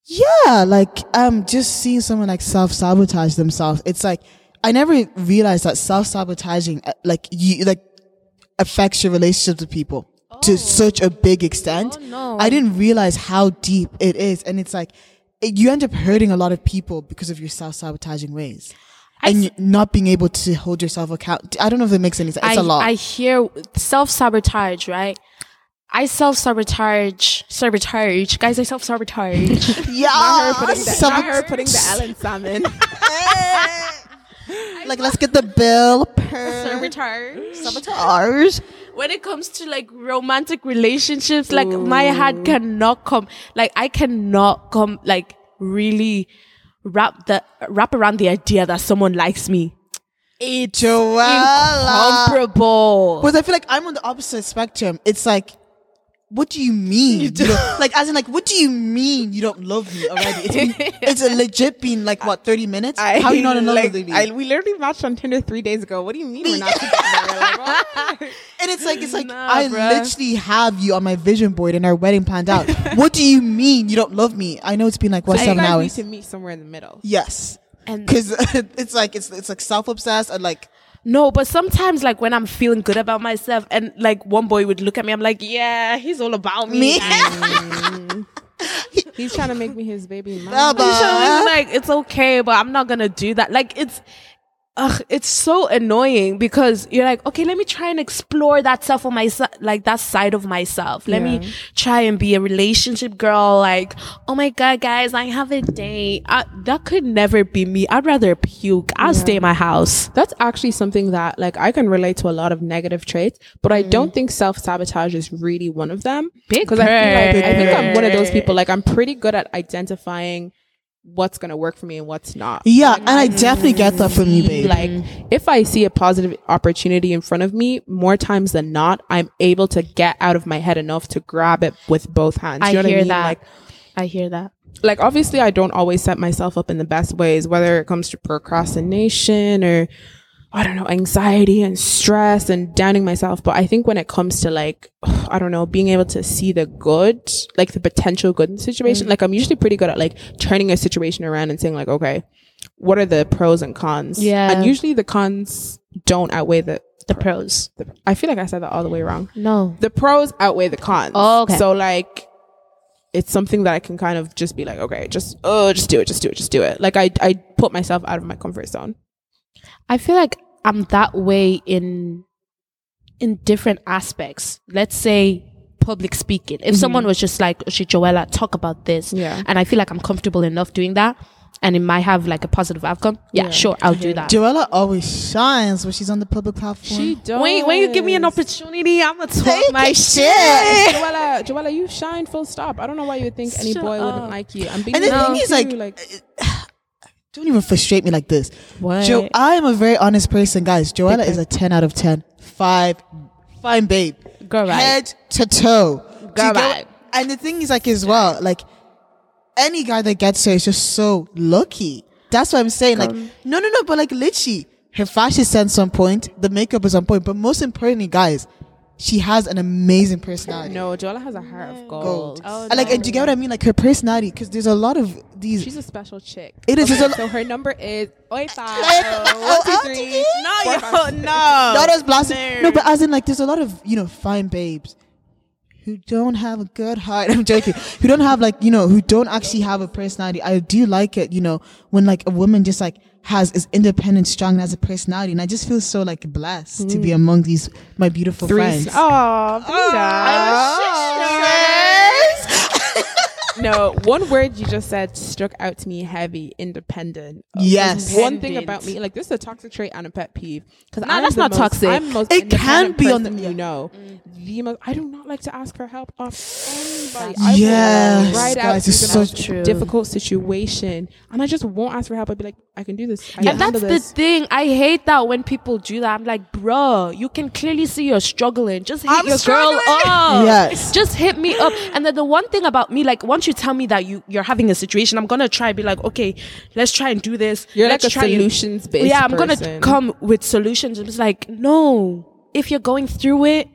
C: Yeah, like um, just seeing someone like self sabotage themselves. It's like I never realized that self sabotaging uh, like you like affects your relationships with people
B: Oh.
C: to such a big extent.
A: Oh, no.
C: I didn't realize how deep it is, and it's like it, you end up hurting a lot of people because of your self sabotaging ways. and you not being able to hold yourself account. I don't know if it makes any sense. It's
A: I
C: a lot.
A: I hear self sabotage, right? I self sabotage, sabotage, guys. I self sabotage.
C: yeah.
B: Not her putting the, not her
C: Self-
B: putting the L in salmon.
C: like, let's get the bill per
A: sabotage.
C: sabotage.
A: When it comes to like romantic relationships, like my heart cannot come. Like I cannot come. Like really wrap the wrap around the idea that someone likes me. It's
C: Joella.
A: incomparable.
C: Because I feel like I'm on the opposite spectrum. It's like, what do you mean? You don't- like, as in, like, what do you mean you don't love me already? It's, been, it's a legit been like what thirty minutes. How are you not in love
B: like,
C: with me?
B: I, we literally matched on Tinder three days ago. What do you mean we're not together? Like, what?
C: and it's like, it's like
A: Nah,
C: I
A: bruh.
C: literally have you on my vision board and our wedding planned out. what do you mean you don't love me? I know it's been like what
B: So you
C: seven
B: guys
C: hours.
B: need to meet somewhere in the middle.
C: yes,
A: And-
C: because it's like it's it's like self obsessed and like
A: No, but sometimes like when I'm feeling good about myself and like one boy would look at me, I'm like, yeah, he's all about me.
C: Me?
A: And-
B: He's trying to make me his baby
C: Ah,
B: mama.
C: but-
A: So, like it's okay, but I'm not gonna do that. Like it's, ugh, it's so annoying because you're like, okay, let me try and explore that stuff on myself, like that side of myself. Let me try and be a relationship girl. Like, oh my god, guys, I have a date. I, that could never be me. I'd rather puke. I'll stay in my house.
B: That's actually something that like I can relate to a lot of negative traits, but I don't think self sabotage is really one of them.
A: Big
B: Because I feel like I think I'm one of those
A: bird.
B: people. Like I'm pretty good at identifying what's gonna work for me and what's not.
C: Yeah, and I definitely get that from you, babe.
B: Like if I see a positive opportunity in front of me, more times than not, I'm able to get out of my head enough to grab it with both hands.
A: I
B: You know what
A: hear
B: I mean?
A: that.
B: Like
A: I hear that.
B: like obviously I don't always set myself up in the best ways, whether it comes to procrastination or I don't know, anxiety and stress and downing myself. But I think when it comes to like, I don't know, being able to see the good, like the potential good in the situation,
A: Mm-hmm.
B: like I'm usually pretty good at like turning a situation around and saying like, okay, what are the pros and cons?
A: Yeah.
B: And usually the cons don't outweigh the,
A: The pros.
B: the I feel like I said that all the way wrong
A: No.
B: the pros outweigh the cons.
A: Oh, okay.
B: So like it's something that I can kind of just be like, okay, just oh, just do it, just do it, just do it. Like I I put myself out of my comfort zone.
A: I feel like I'm that way in in different aspects. Let's say public speaking. If someone was just like, "Okay, Joella, talk about this,"
B: Yeah.
A: and I feel like I'm comfortable enough doing that, and it might have like a positive outcome. Yeah,
B: Yeah.
A: sure, I'll do that.
C: Joella always shines when she's on the public platform.
B: does.
A: When, when you give me an opportunity, I'm gonna talk
C: Take
A: my
C: it.
A: shit.
B: Joella, Joella, you shine full stop. I don't know why you would think any
A: Shut
B: boy
A: up.
B: wouldn't like you. I'm being
C: And the
B: honest
C: thing is,
B: too,
C: like, don't even frustrate me like this.
A: What?
C: Jo- I am a very honest person, guys. Joella is a 10 out of 10. Five, fine, babe.
A: Girl, right.
C: Head to toe. Do you get what-
A: right.
C: And the thing is, like, as well, like, any guy that gets her is just so lucky. That's what I'm saying. Like, no, no, no, but like, literally, her fashion sense on point, the makeup is on point, but most importantly, guys, she has an amazing personality.
B: no, Oh, Joella has a heart of gold.
A: Oh,
C: Gold. And, like, and do you get what I mean? Like, her personality, because there's a lot of these.
B: She's a special chick.
C: It is- it's a-
B: so her number is oi five
C: Oh,
B: oh, one,
C: oh,
B: two, three.
C: three.
B: four, five, six.
C: not as blasting. No, but as in like, there's a lot of you know fine babes who don't have a good heart. I'm joking. who don't have like you know who don't actually have a personality. I do like it, you know, when like a woman just like has is independent, strong, and has a personality, and I just feel so like blessed to be among these my beautiful friends.
B: Mm.
C: Oh,
B: Oh, Oh, no, one word you just said struck out to me heavy, independent. Uh,
C: Yes.
B: there's One thing
A: Independent.
B: about me, like this is a toxic trait and a pet peeve. Because
A: Nah, that's not toxic.
B: I'm the most
C: It can
B: independent
C: be on
B: person
C: the-
B: you
C: yeah.
B: know. The most I do not like to ask for help of anybody.
C: Yes,
B: right
C: guys, it's so
A: true.
B: difficult situation, and I just won't ask for help. I'd be like, I can do this. I can
A: And that's
B: handle
A: the
B: this.
A: thing. I hate that when people do that. I'm like, bro, you can clearly see you're struggling. Just hit
B: I'm
A: your
B: struggling."
A: girl up.
C: Yes.
A: Just hit me up. And then the one thing about me, like, once you tell me that you you're having a situation, I'm gonna try and be like, okay, let's try and do this.
B: You're
A: Let's
B: like a
A: try and-
B: solutions based.
A: Yeah, I'm gonna come with solutions. It's like, no, if you're going through it,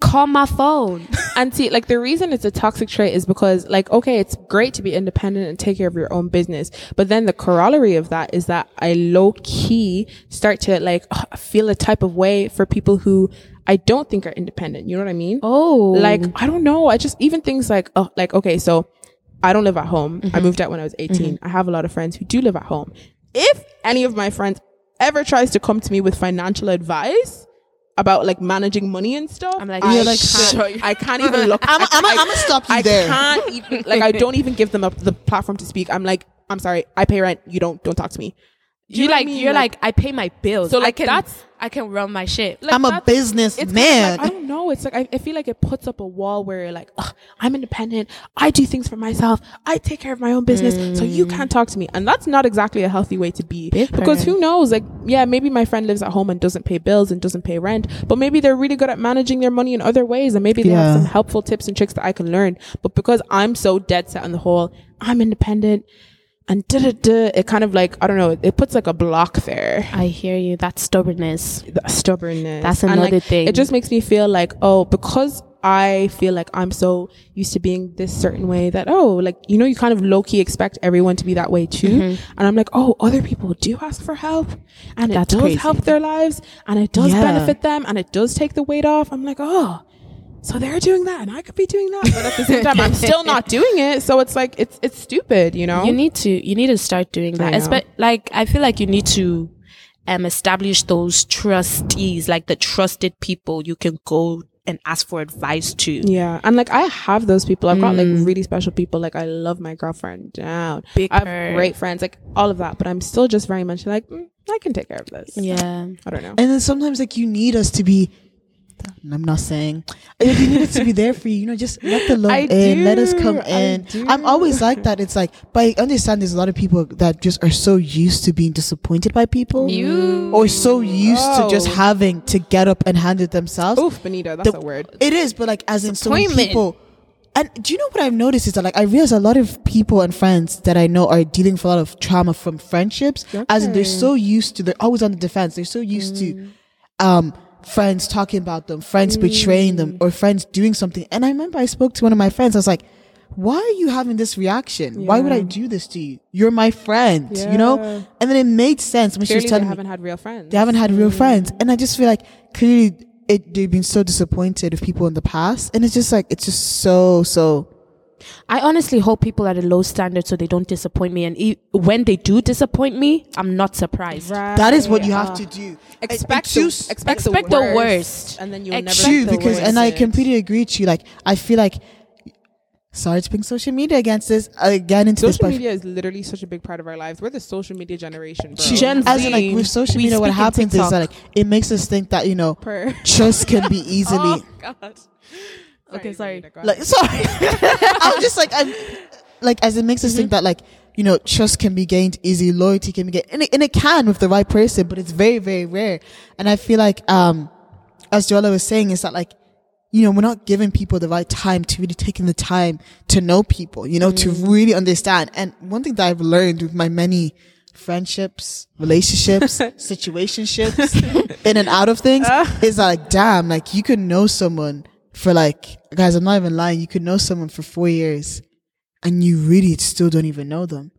A: call my phone.
B: And see, like the reason it's a toxic trait is because, like, okay, it's great to be independent and take care of your own business, but then the corollary of that is that I low key start to like feel a type of way for people who I don't think are independent. You know what I mean?
A: Oh,
B: like I don't know. I just even things like oh, like okay, so I don't live at home. I moved out when I was 18. I have a lot of friends who do live at home. If any of my friends ever tries to come to me with financial advice about like managing money and stuff,
A: I'm like,
B: I
A: You're
C: like,
A: shut
B: can't- I can't even look.
C: I'm, I'm,
B: I-
C: I'm gonna stop you
B: I
C: there.
B: can't even like I don't even give them up the platform to speak. I'm like, I'm sorry, I pay rent. You don't don't talk to me. Do
A: you
B: know what I
A: like
B: mean?
A: you're like, I pay my bills.
B: So,
A: I
B: like,
A: can
B: that's-
A: I can run my shit.
B: like,
C: I'm a
B: that's- it's kinda
C: businessman.
B: Like, I don't know. It's like I, I feel like it puts up a wall where you're like, Ugh, I'm independent. I do things for myself. I take care of my own business. So you can't talk to me, and that's not exactly a healthy way to be.
A: Big
B: because
A: brain.
B: who knows? Like, yeah, maybe my friend lives at home and doesn't pay bills and doesn't pay rent, but maybe they're really good at managing their money in other ways, and maybe they
C: Yeah.
B: have some helpful tips and tricks that I can learn. But because I'm so dead set on the whole, I'm independent. And da da da, it kind of like I don't know. It puts like a block there
A: I hear you. That stubbornness.
B: the stubbornness.
A: That's
B: And, like,
A: another thing.
B: It just makes me feel like, oh, because I feel like I'm so used to being this certain way that, oh, like, you know, you kind of low key expect everyone to be that way too.
A: Mm-hmm.
B: And I'm like, oh, other people do ask for help and
A: That's
B: it does
A: crazy.
B: help their lives and it does
C: Yeah.
B: benefit them and it does take the weight off. I'm like, oh, so they're doing that and I could be doing that, but at the same time I'm still not doing it. So it's like it's it's stupid, you know.
A: You need to you need to start doing that.
B: Oh. know.
A: Espe- like I feel like you need to um establish those trustees, like the trusted people you can go and ask for advice to.
B: yeah, and like I have those people. I've got
C: Mm.
B: like really special people. Like I love my girlfriend down.
A: Big
B: I have
A: her.
B: great friends, like all of that. But I'm still just very much like mm, I can take care of this.
A: Yeah.
B: I don't know.
C: And then sometimes like you need us to be. I'm not saying you need us to be there for you. You know, just let the love
B: I
C: in, let us come
B: do, I
C: in.
B: do.
C: I'm always like that. It's like, but I understand there's a lot of people that just are so used to being disappointed by people,
A: You
C: or so used to just
B: Whoa.
C: having to get up and handle it themselves.
B: Oof, Benito, that's
C: the-
B: a word.
C: It is, but like as in so many
A: Disappointment.
C: people. And do you know what I've noticed is that like I realize a lot of people and friends that I know are dealing with a lot of trauma from friendships. As in they're so used to they're always on the defense. They're so used to um friends talking about them, friends betraying them, or friends doing something. And I remember I spoke to one of my friends, I was like, Why are you having this reaction? Why would I do this to you? You're my friend, you
B: Yeah.
C: know? And then it made sense when she
B: Clearly, they
C: was telling me
B: haven't had real friends.
C: they haven't had real friends and i just feel like clearly it, they've been so disappointed of people in the past and it's just like it's just so so
A: I honestly hope people are at a low standard so they don't disappoint me and e- when they do disappoint me, I'm not surprised.
B: Right. Uh,
C: that is what you have to do And- and
B: expect
C: choose-
B: the, expect,
A: expect
B: the
A: the
B: worst,
A: worst.
B: and then you'll
A: Expect
C: true
B: never
C: because and I completely agree with you. Like I feel like sorry to bring social media against this again into this,
B: social
C: but
B: media is literally such a big part of our lives. We're the social media generation, bro.
A: Gen
C: as
A: Z,
C: in, like with social
A: we
C: media, what
A: speak in
C: happens is
A: TikTok.
C: that like it makes us think that you know
B: Per-
C: trust can be easily
B: oh God.
A: Okay, sorry.
B: Benita, go
C: like
B: ahead.
C: sorry i'm just like i'm like as it makes us
B: Mm-hmm.
C: think that like you know trust can be gained easy loyalty can be gained and it, and it can with the right person but it's very very rare and i feel like um as joella was saying is that like you know we're not giving people the right time to really taking the time to know people you know to
B: Mm.
C: really understand and one thing that i've learned with my many friendships relationships situationships in and out of things is like damn like you could know someone for like guys i'm not even lying you could know someone for four years and you really still don't even know them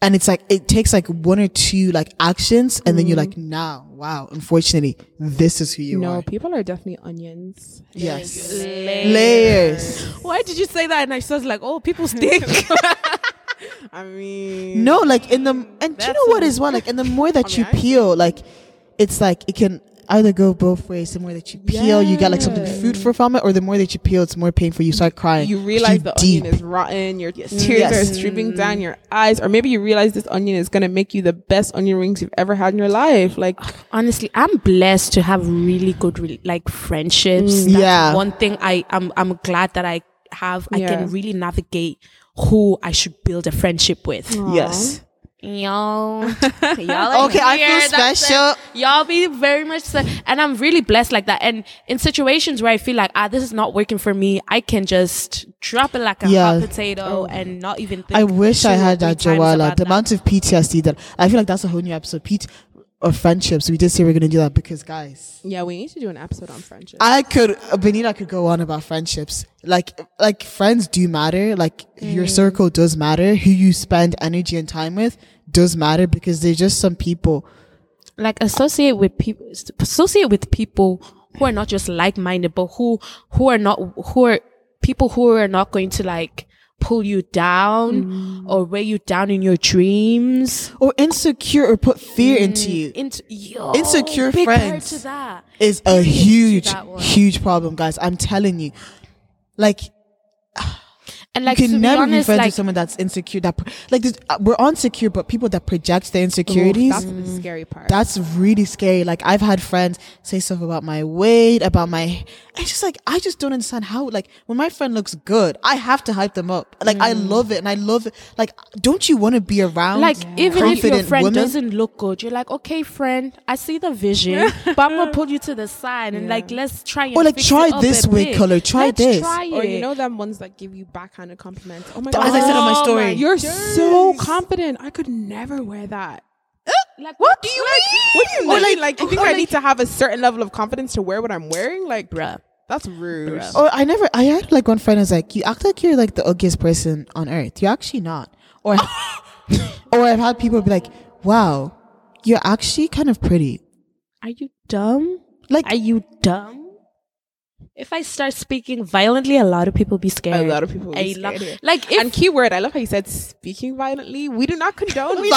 C: and it's like it takes like one or two like actions and then you're like nah wow unfortunately this is who you
B: no,
C: are
B: people are definitely onions.
C: yes layers
A: Why did you say that? And I was like, oh, people stink.
B: I mean,
C: no like in the and do you know what is one like and the more that you peel like it's like it can either go both ways the more that you peel you get like something
B: Yeah.
C: fruitful from it or the more that you peel it's more painful you start crying
B: you
C: 'Cause
B: realize
C: you
B: the
C: deep.
B: onion is rotten. Your tears
C: Yes.
B: are streaming down your eyes, or maybe you realize this onion is gonna make you the best onion rings you've ever had in your life. Like,
A: honestly i'm blessed to have really good re- like friendships That's
C: Mm, yeah.
A: one thing i i'm, I'm glad that i have i
B: Yeah.
A: can really navigate who i should build a friendship with
C: yes
A: y'all y'all
C: Okay, I feel special.
A: y'all be very much so and i'm really blessed like that and in situations where i feel like ah this is not working for me i can just drop it like a
C: Yeah. Oh.
A: hot potato and not even think
C: I wish I
A: two or
C: had
A: three
C: that,
A: times
C: Jawala.
A: about
C: The
A: that.
C: amount of PTSD that I feel like that's a whole new episode. Pete of friendships. We did say we are gonna do that because guys,
B: yeah, we need to do an episode on friendship.
C: I could Benita could go on about friendships. Like like friends do matter. Like
B: Mm.
C: your circle does matter. Who you spend energy and time with does matter because there's just some people.
A: like associate with people associate with people who are not just like-minded but who who are not who are people who are not going to like pull you down or weigh you down in your dreams
C: Or insecure or put fear into
A: Mm.
C: you
A: into yo,
C: Insecure
A: big word
C: friends.
A: to that.
C: is a
A: Period to
C: huge,
A: that one.
C: huge problem, guys. I'm telling you. Like
A: and like
C: you
A: to
C: can
A: be
C: never be
A: honest
C: friends
A: like
C: with someone that's insecure. That pro- like this, uh, we're insecure, but people that project their insecurities.
B: That's the scary part.
C: that's really scary. Like I've had friends say stuff about my weight, about my. It's just like I just don't understand how. Like when my friend looks good, I have to hype them up. Like I love it, and I love it. Like don't you want to be around?
A: Mm. like even if your
C: confident
A: friend
C: women?
A: doesn't look good, you're like, okay, friend, I see the vision, but I'm gonna pull you to the side and like let's try and
C: Or, like,
A: fix
C: try
A: it up
C: this
A: a
C: way,
A: bit.
C: colour, try
A: Let's
C: this.
A: try
B: Or
A: it.
B: you know them ones that give you backhanded compliments. Oh my
C: Th-
B: god!
C: as I said on my story.
B: you're so confident. I could never wear that.
A: like what do you
B: What do you
C: Or
B: mean? Like,
C: like-
B: you think
C: or
B: I
C: like-
B: need to have a certain level of confidence to wear what I'm wearing? Like,
A: bruh
B: that's rude.
A: Bruh.
C: Or I never. I had like one friend who's like, "You act like you're like the ugliest person on earth. You're actually not." Or, or I've had people be like, "Wow, you're actually kind of pretty."
A: Are you dumb?
C: Like
A: Are you dumb? If I start speaking violently, a lot of people be
B: A
A: scared.
B: lot of people will
A: A
B: be
A: lot.
B: scared here.
A: Like if
B: and keyword, I love how you said speaking violently. We do not condone violence.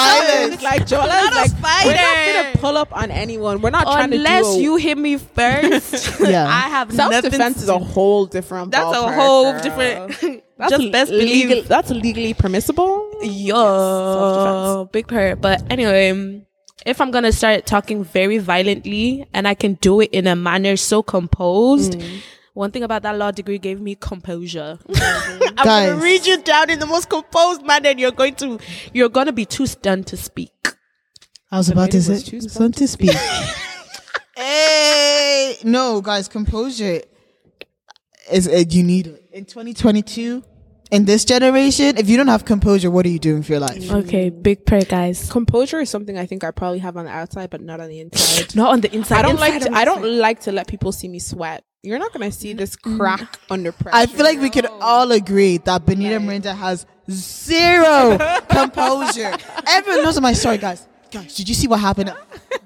C: Violence.
B: Like Jola
A: Not a
B: is like, we're not
A: fighter.
B: gonna pull up on anyone. We're not trying to
A: unless
B: do a-
A: you hit me first,
C: Yeah.
A: I have
B: Self
A: nothing
B: defense
A: to
B: is a whole different.
A: That's a
B: ballpark,
A: whole
B: girl.
A: different.
B: That's
A: just best
B: legal-
A: believe.
B: That's legally permissible.
A: Yo, big prayer. But anyway, um, if I'm gonna start talking very violently and I can do it in a manner so composed, one thing about that law degree gave me composure. I'm gonna
C: Guys.
A: read you down in the most composed manner. and You're going to, you're gonna be too stunned to speak.
C: I was about
B: lady
C: to
B: was
C: say
B: too
C: something to speak. hey, no, guys, composure is uh, you need it in 2022 in this generation. If you don't have composure, what are you doing for your life?
A: Okay, big prayer, guys.
B: Composure is something I think I probably have on the outside, but not on the inside.
A: Not on the inside.
B: I don't
A: Inside,
B: like.
A: I'm
B: To, I don't like to let people see me sweat. You're not gonna see this crack under pressure.
C: I feel like we could all agree that Benita Miranda has zero composure. Everyone knows my story, guys. Guys, did you see what happened?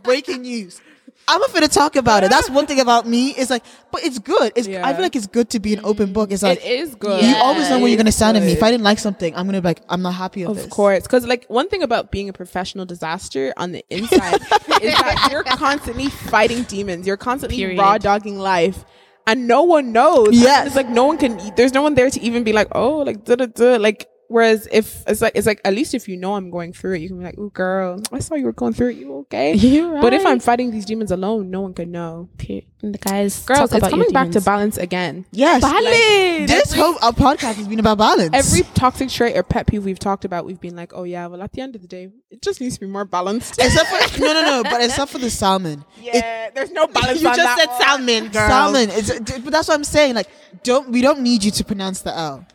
C: Breaking news. I'm afraid to talk about it. That's one thing about me. It's like, but it's good. It's, I
B: Yeah.
C: feel like it's good to be an open book. It's like,
B: it is good.
C: you always know where you're gonna stand at me. If
B: Good.
C: I didn't like something, I'm gonna be like, I'm not happy with
B: Of
C: this.
B: course, because like one thing about being a professional disaster on the inside is that you're constantly fighting demons. You're constantly
A: Period.
B: raw dogging life, and no one knows.
C: Yes.
B: it's like no one can. e, There's no one there to even be like, oh, like da da da. Like whereas if it's like it's like at least if you know I'm going through it, you can be like, oh, girl, I saw you were going through it. You okay?
A: You're
B: But if
A: right.
B: I'm fighting these demons alone, no one can know.
A: Period. Guys,
B: Girls,
A: talk
B: it's
A: about your
B: coming back to
A: demons.
B: balance again.
C: Yes. like,
A: Balance.
C: this whole our podcast has been about balance.
B: Every toxic trait or pet peeve we've talked about, we've been like, oh yeah, well at the end of the day, it just needs to be more balanced.
C: except for no, no, no. But except for the salmon.
B: Yeah, there's no balance.
C: You just said
B: salmon,
C: Salmon. It's, d- but that's what I'm saying. Like, don't we don't need you to pronounce the L.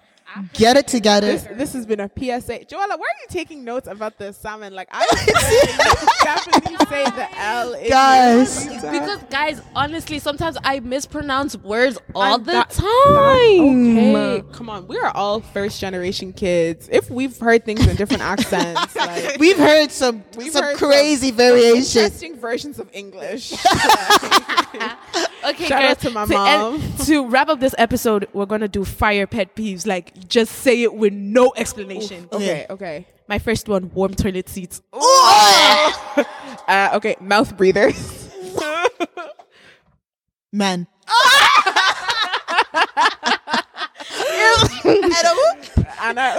C: Get it together.
B: This, this has been a PSA. Joella, why are you taking notes about the salmon? Like I would definitely say the L. if you
C: Guys.
B: want to.
A: Because guys, honestly, sometimes I mispronounce words all
B: And
A: the
B: that-
A: time.
B: Okay, come on. We are all first generation kids. If we've heard things in different accents, like
C: We've heard some
B: We've
C: some
B: heard
C: crazy variations.
B: interesting versions of English.
A: Okay,
B: Shout
A: girls,
B: out to my
A: end-
B: mom.
A: to wrap up this episode, we're gonna do fire pet peeves. Like, just say it with no explanation.
B: okay, okay.
A: My first one: warm toilet seats.
C: Oh!
B: Uh, okay, mouth breathers.
C: Man. Edible?
B: Anna.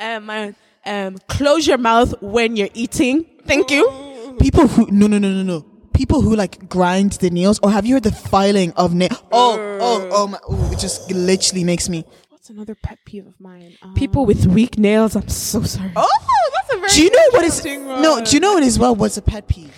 A: Um, my- um, close your mouth when you're eating. Thank you.
C: People who no no no no no. People who like grind the nails, or have you heard the filing of nail? Oh oh oh my! Ooh, it just literally makes me.
B: What's another pet peeve of mine? Um,
A: People with weak nails. I'm so sorry.
B: Oh, that's a very.
C: Do you know what is
B: interesting
C: no?
B: one.
C: Do you know what is well? What's a pet peeve?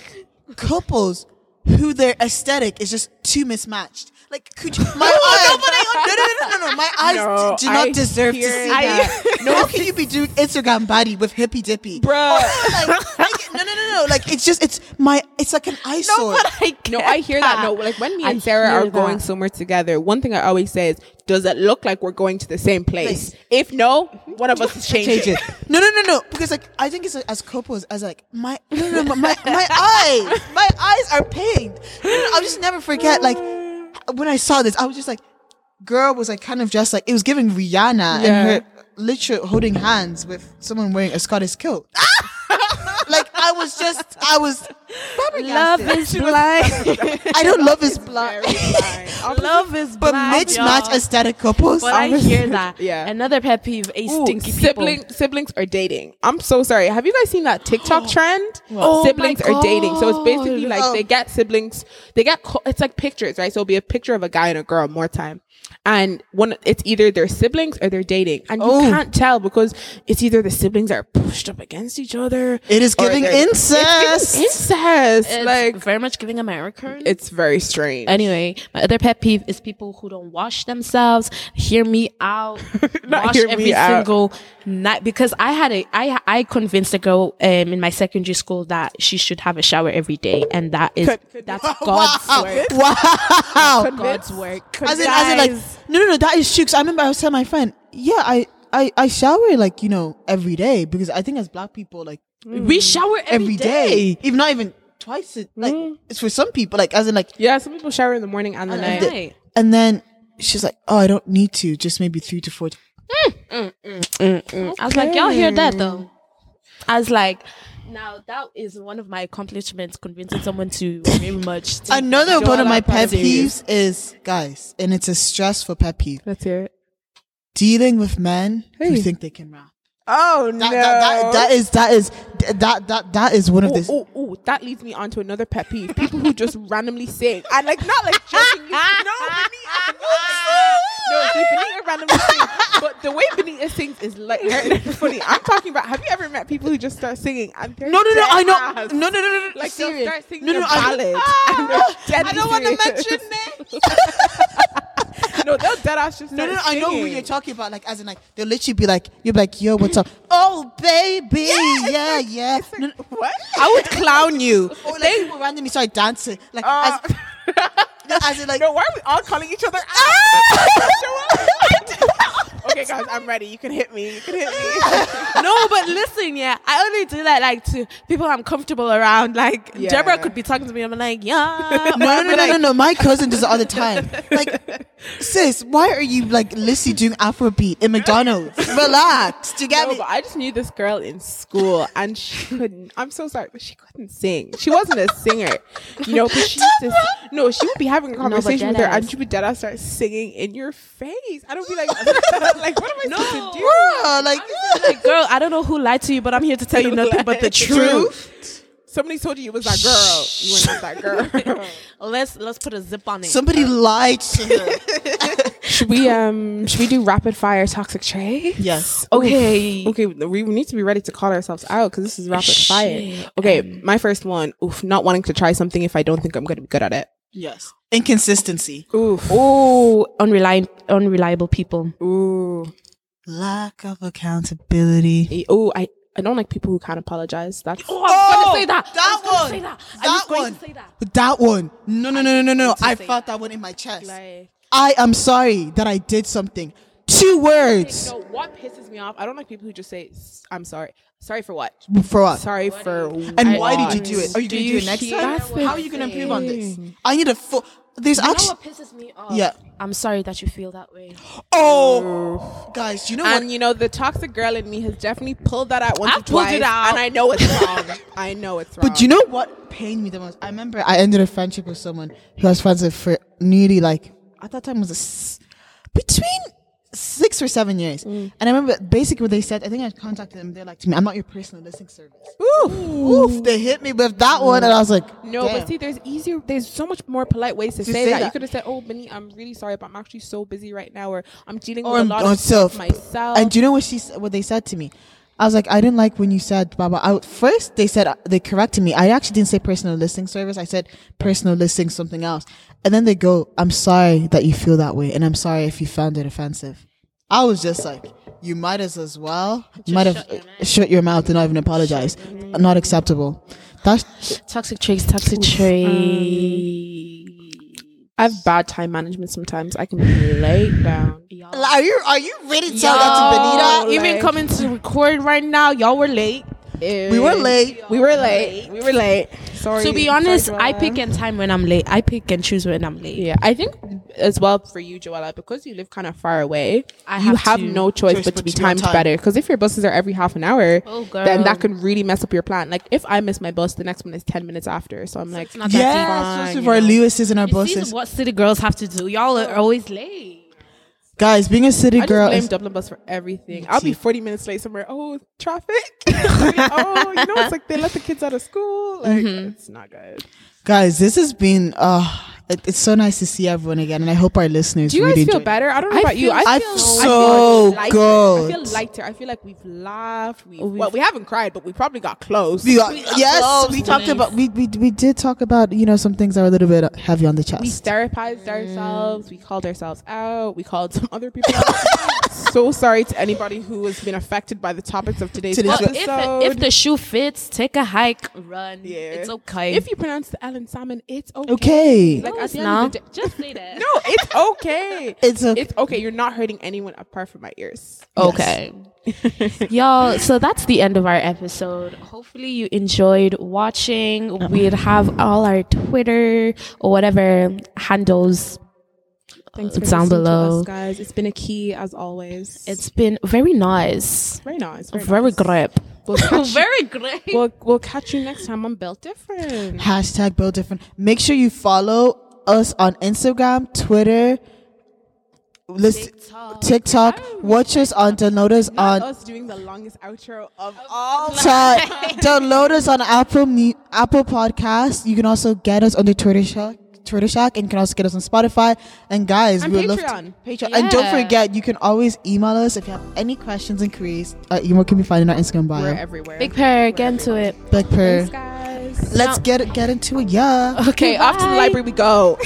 C: Couples who their aesthetic is just too mismatched. Like could you, my
B: Oh,
C: eyes? No no no no no! no. My eyes
B: No,
C: do, do not
B: I
C: deserve to see
B: hear it.
C: that. no, how can you be doing Instagram body with hippy dippy? Oh,
B: Bruh.
C: Like, like, no no no no! Like it's just it's my it's like an eyesore.
A: I
B: No, I hear that. No, like when me and Sarah are going somewhere together, one thing I always say is, does it look like we're going to the same place? If no, one of us is changing.
C: change it. No, no, no, no. Because like I think it's like, as couples as like my no, no, no, my my eyes, my eyes are pained. No, no, no, I'll just never forget. Like when I saw this, I was just like, girl was like kind of just like it was giving Rihanna and her literally holding hands with someone wearing a Scottish kilt. like I was just, I was.
A: Love is blind.
C: I don't love his blood,
A: Love is
C: but
A: blind.
C: mismatched
A: y'all.
C: aesthetic couples.
A: But I hear that.
B: Yeah.
A: Another pet peeve: a
B: Ooh,
A: stinky
B: sibling, siblings are dating. I'm so sorry. Have you guys seen that TikTok trend?
A: Oh my
B: siblings are dating. So it's basically
A: God.
B: like
C: Oh.
B: they get siblings, they get co- it's like pictures, right? So it'll be a picture of a guy and a girl more time, and one it's either they're siblings or they're dating, and you
C: Oh.
B: can't tell because it's either the siblings are pushed up against each other.
C: it is
B: or
C: giving
B: they're-
C: incest.
B: incest.
A: It's
B: like
A: very much giving American.
B: it's very strange.
A: anyway, my other pet peeve is people who don't wash themselves. Hear me out.
B: Not
A: wash
B: hear me
A: every
B: out.
A: single night because I had a I I convinced a girl um, in my secondary school that she should have a shower every day, and that is that's God's work.
C: wow.
A: God's work.
C: as in, as in, like, no, no, no, that is shooks. I remember I was telling my friend, yeah, I, I, I shower like you know every day because I think as black people like
A: we shower
C: Mm. every day, Mm. even not even twice. a- Like it's for some people, like as in like,
B: Yeah, some people shower in the morning and the
C: and
B: night.
C: the- and then she's like, oh, I don't need to. Just maybe three to four.
A: I was like, y'all hear that though? I was like, now that is one of my accomplishments, convincing someone to very much. to
C: Another
A: join
C: one of
A: our
C: my pet
A: party.
C: peeves is guys, and it's a stressful pet peeve.
B: Let's hear it.
C: Dealing with men
B: Hey.
C: who think they can rap.
B: Oh
C: That, that, that, that is that is that that that is one of
B: Oh,
C: this.
B: oh, oh, that leads me on to another pet peeve. People who just randomly sing. And like not like
C: oh.
B: jokingly. No, Benita. No, see, Benita randomly sings. But the way Benita sings is like funny. I'm talking about have you ever met people who just start singing and they're
C: No, no, no,
B: dead
C: I know.
B: ass?
C: No, no, no, no, no.
B: Like they'll
C: serious.
B: start singing
C: no, no,
B: a
C: no,
B: ballad.
C: I, Ah!
B: and they're
C: I don't want to
B: deadly serious.
C: mention names.
B: No, they'll dead ass just
C: No,
B: start
C: no, no, I know who
B: singing.
C: you're talking about. Like, as in, like, they'll literally be like, you'll be like, yo, what's up? oh, baby. Yeah, yeah. No, no,
B: What?
C: I would clown you. Or like, people randomly start dancing. Like,
B: Uh,
C: as, no, as in, like,
B: no, why are we all calling each other out? okay, guys, I'm ready. You can hit me. You can hit me.
A: no, but listen, yeah, I only do that like to people I'm comfortable around. Like
B: Yeah.
A: Deborah could be talking to me, I'm like, yeah.
C: no, no, no, no, no, no. My cousin does it all the time. Like, sis, why are you, like, literally doing Afrobeat in McDonald's? Relax. Do you get
B: No,
C: me?
B: but I just knew this girl in school, and she couldn't. I'm so sorry, but she couldn't sing. She wasn't a singer, you know. But she used to, s- no, she would be having a conversation with her, and
A: deadass.
B: she would dead ass start singing in your face. I don't be like, like what am I supposed to do?
C: Bruh, like,
A: Like, girl, I don't know who lied to you, but I'm here to tell you nothing but the truth.
B: Somebody told you it was that girl. You were not that girl.
A: Let's let's put a zip on it.
C: somebody lied to her.
B: should we um? Should we do rapid fire toxic tray?
C: Yes.
A: okay.
B: Okay, we we need to be ready to call ourselves out because this is rapid fire. Okay,
A: um,
B: my first one. Oof, not wanting to try something if I don't think I'm going to be good at it.
C: Yes. Inconsistency.
B: Oof.
A: Oh, unreliable unreliable people.
B: Oh. Ooh.
C: Lack of accountability.
B: Oh, I, I don't like people who can't apologize. That's
A: Oh, I was
C: Oh,
A: gonna say that. I
C: that
A: was gonna
C: one.
A: Say that. I
C: That
A: was going
C: one.
A: to say that.
C: That one. No, no, no, no, no, no. I
A: say
C: felt that one in my chest.
A: Like,
C: I am sorry that I did something. Two words
B: no. What pisses me off? I don't like people who just say s- I'm sorry. Sorry for what?
C: for us.
B: Sorry for what?
C: And why did you do it? Are you
B: Do
C: going to do
B: you
C: it next
B: hear
C: time?
B: what
C: How are you going to improve on this? I need a full. There's
A: you know
C: actually.
A: what pisses me off?
C: Yeah.
A: I'm sorry that you feel that way.
C: Oh, guys, you know what?
B: And you know the toxic girl in me has definitely pulled that out once
A: I've
B: or
A: pulled
B: twice,
A: it out.
B: and I know it's wrong. I know it's wrong.
C: But you know what pained me the most? I remember I ended a friendship with someone who I was friends with for nearly like at that time was a s- between six or seven years.
B: Mm.
C: And I remember basically what they said. I think I contacted them. They're like to me, "I'm not your personal listening service." Oof, they hit me with that one, and I was like,
B: No,
C: damn.
B: but see, there's easier. There's so much more polite ways to, say,
C: say
B: that. You
C: that.
B: could have said, "Oh, Benny, I'm really sorry, but I'm actually so busy right now, or I'm dealing
C: or
B: with a
C: I'm
B: lot
C: on
B: of stuff
C: self
B: myself."
C: And do you know what she s- what they said to me? I was like, I didn't like when you said blah blah. I, first, they said uh, they corrected me. I actually didn't say personal listing service. I said personal listing something else. And then they go, I'm sorry that you feel that way, and I'm sorry if you found it offensive. I was just like, you might as as well you might have uh, shut your mouth and not even apologize. Not acceptable. That's
A: Toxic traits, toxic traits.
B: I have bad time management sometimes. I can be laid down.
C: are you are you ready to
A: Yo,
C: tell that to Benita?
A: even
B: like-
A: coming to record right now, y'all were late.
C: We were late.
B: We were late. We were late. Sorry.
A: to be
B: Sorry,
A: honest, I
B: Joella.
A: pick and time when I'm late. I pick and choose when I'm late.
B: Yeah, I think as well for you, Joella, because you live kind of far away,
A: I
B: you
A: have
B: have
A: to-
B: no choice but to be
C: be on
B: timed
C: time.
B: better. Because if your buses are every half an hour,
A: Oh,
B: then that
A: girl.
B: could really mess up your plan. Like if I miss my bus, the next one is ten minutes after. So I'm like,
A: not that
C: Yeah,
B: fine,
C: especially
B: you
C: for our
B: know.
C: Lewis's and our
A: You see
C: bosses.
A: what city girls have to do. Y'all are always late.
C: Guys, being a city
B: I just
C: girl
B: blame
C: is
B: Dublin Bus for everything. I'll be 40 minutes late somewhere. Oh, traffic. oh, you know, it's like they let the kids out of school. Like, it's not good.
C: Guys, this has been uh it, it's so nice to see everyone again and I hope our listeners
B: Do you
C: really
B: guys feel
C: enjoyed it.
B: better? I don't know
A: I
B: about you.
A: feel-
C: I
B: feel,
C: so
B: I feel lighter. I
C: good.
B: feel lighter. I feel like we've laughed. Oh, We've,
A: We've-
B: well, we haven't cried, but we probably got close.
C: We got, yes,
A: close,
C: we talked
A: please.
C: about we, we we did talk about, you know, some things that were a little bit heavy on the
B: we
C: chest.
B: therapized ourselves. We called ourselves out. We called some other people out. so sorry to anybody who has been affected by the topics of today's
C: Today's-
B: episode.
C: Well,
A: If, if the shoe fits, take a hike, run.
B: Yeah.
A: It's okay.
B: If you pronounce the L in salmon, it's okay.
C: Okay.
B: Like,
A: No,
B: at
A: it's
B: the end of the
A: not. just say that.
B: No, it's okay.
C: It's a
B: it's okay. You're not hurting anyone apart from my ears.
A: Okay. Y'all, so that's the end of our episode. Hopefully, you enjoyed watching. We'd have all our Twitter or whatever handles
B: Thanks
A: It's down
B: listening to
A: below.
B: us, guys. It's been a key as always.
A: It's been very nice.
B: very nice.
A: Very
B: nice.
A: grip.
B: We'll catch,
A: Very great.
B: we'll, we'll catch you next time on Built Different.
C: Hashtag build different. Make sure you follow us on Instagram, Twitter, list, TikTok. Watch us on download us
A: uh,
B: Not
C: on
B: us doing the longest outro of all
C: time. download us on Apple Mu- Apple Podcasts. You can also get us on the Twitter Shack. Twitter Shack, and you can also get us on Spotify. And guys,
B: And
C: we would love
B: Patreon.
C: to, Patreon. And don't
A: Yeah.
C: forget, you can always email us if you have any questions and queries. Our email can be found in our Instagram
B: We're
C: bio.
B: everywhere.
A: Big pair, get into it.
C: Back prayer.
B: Thanks, guys.
C: Let's get get into it, yeah.
A: Okay,
B: Off to the library we go.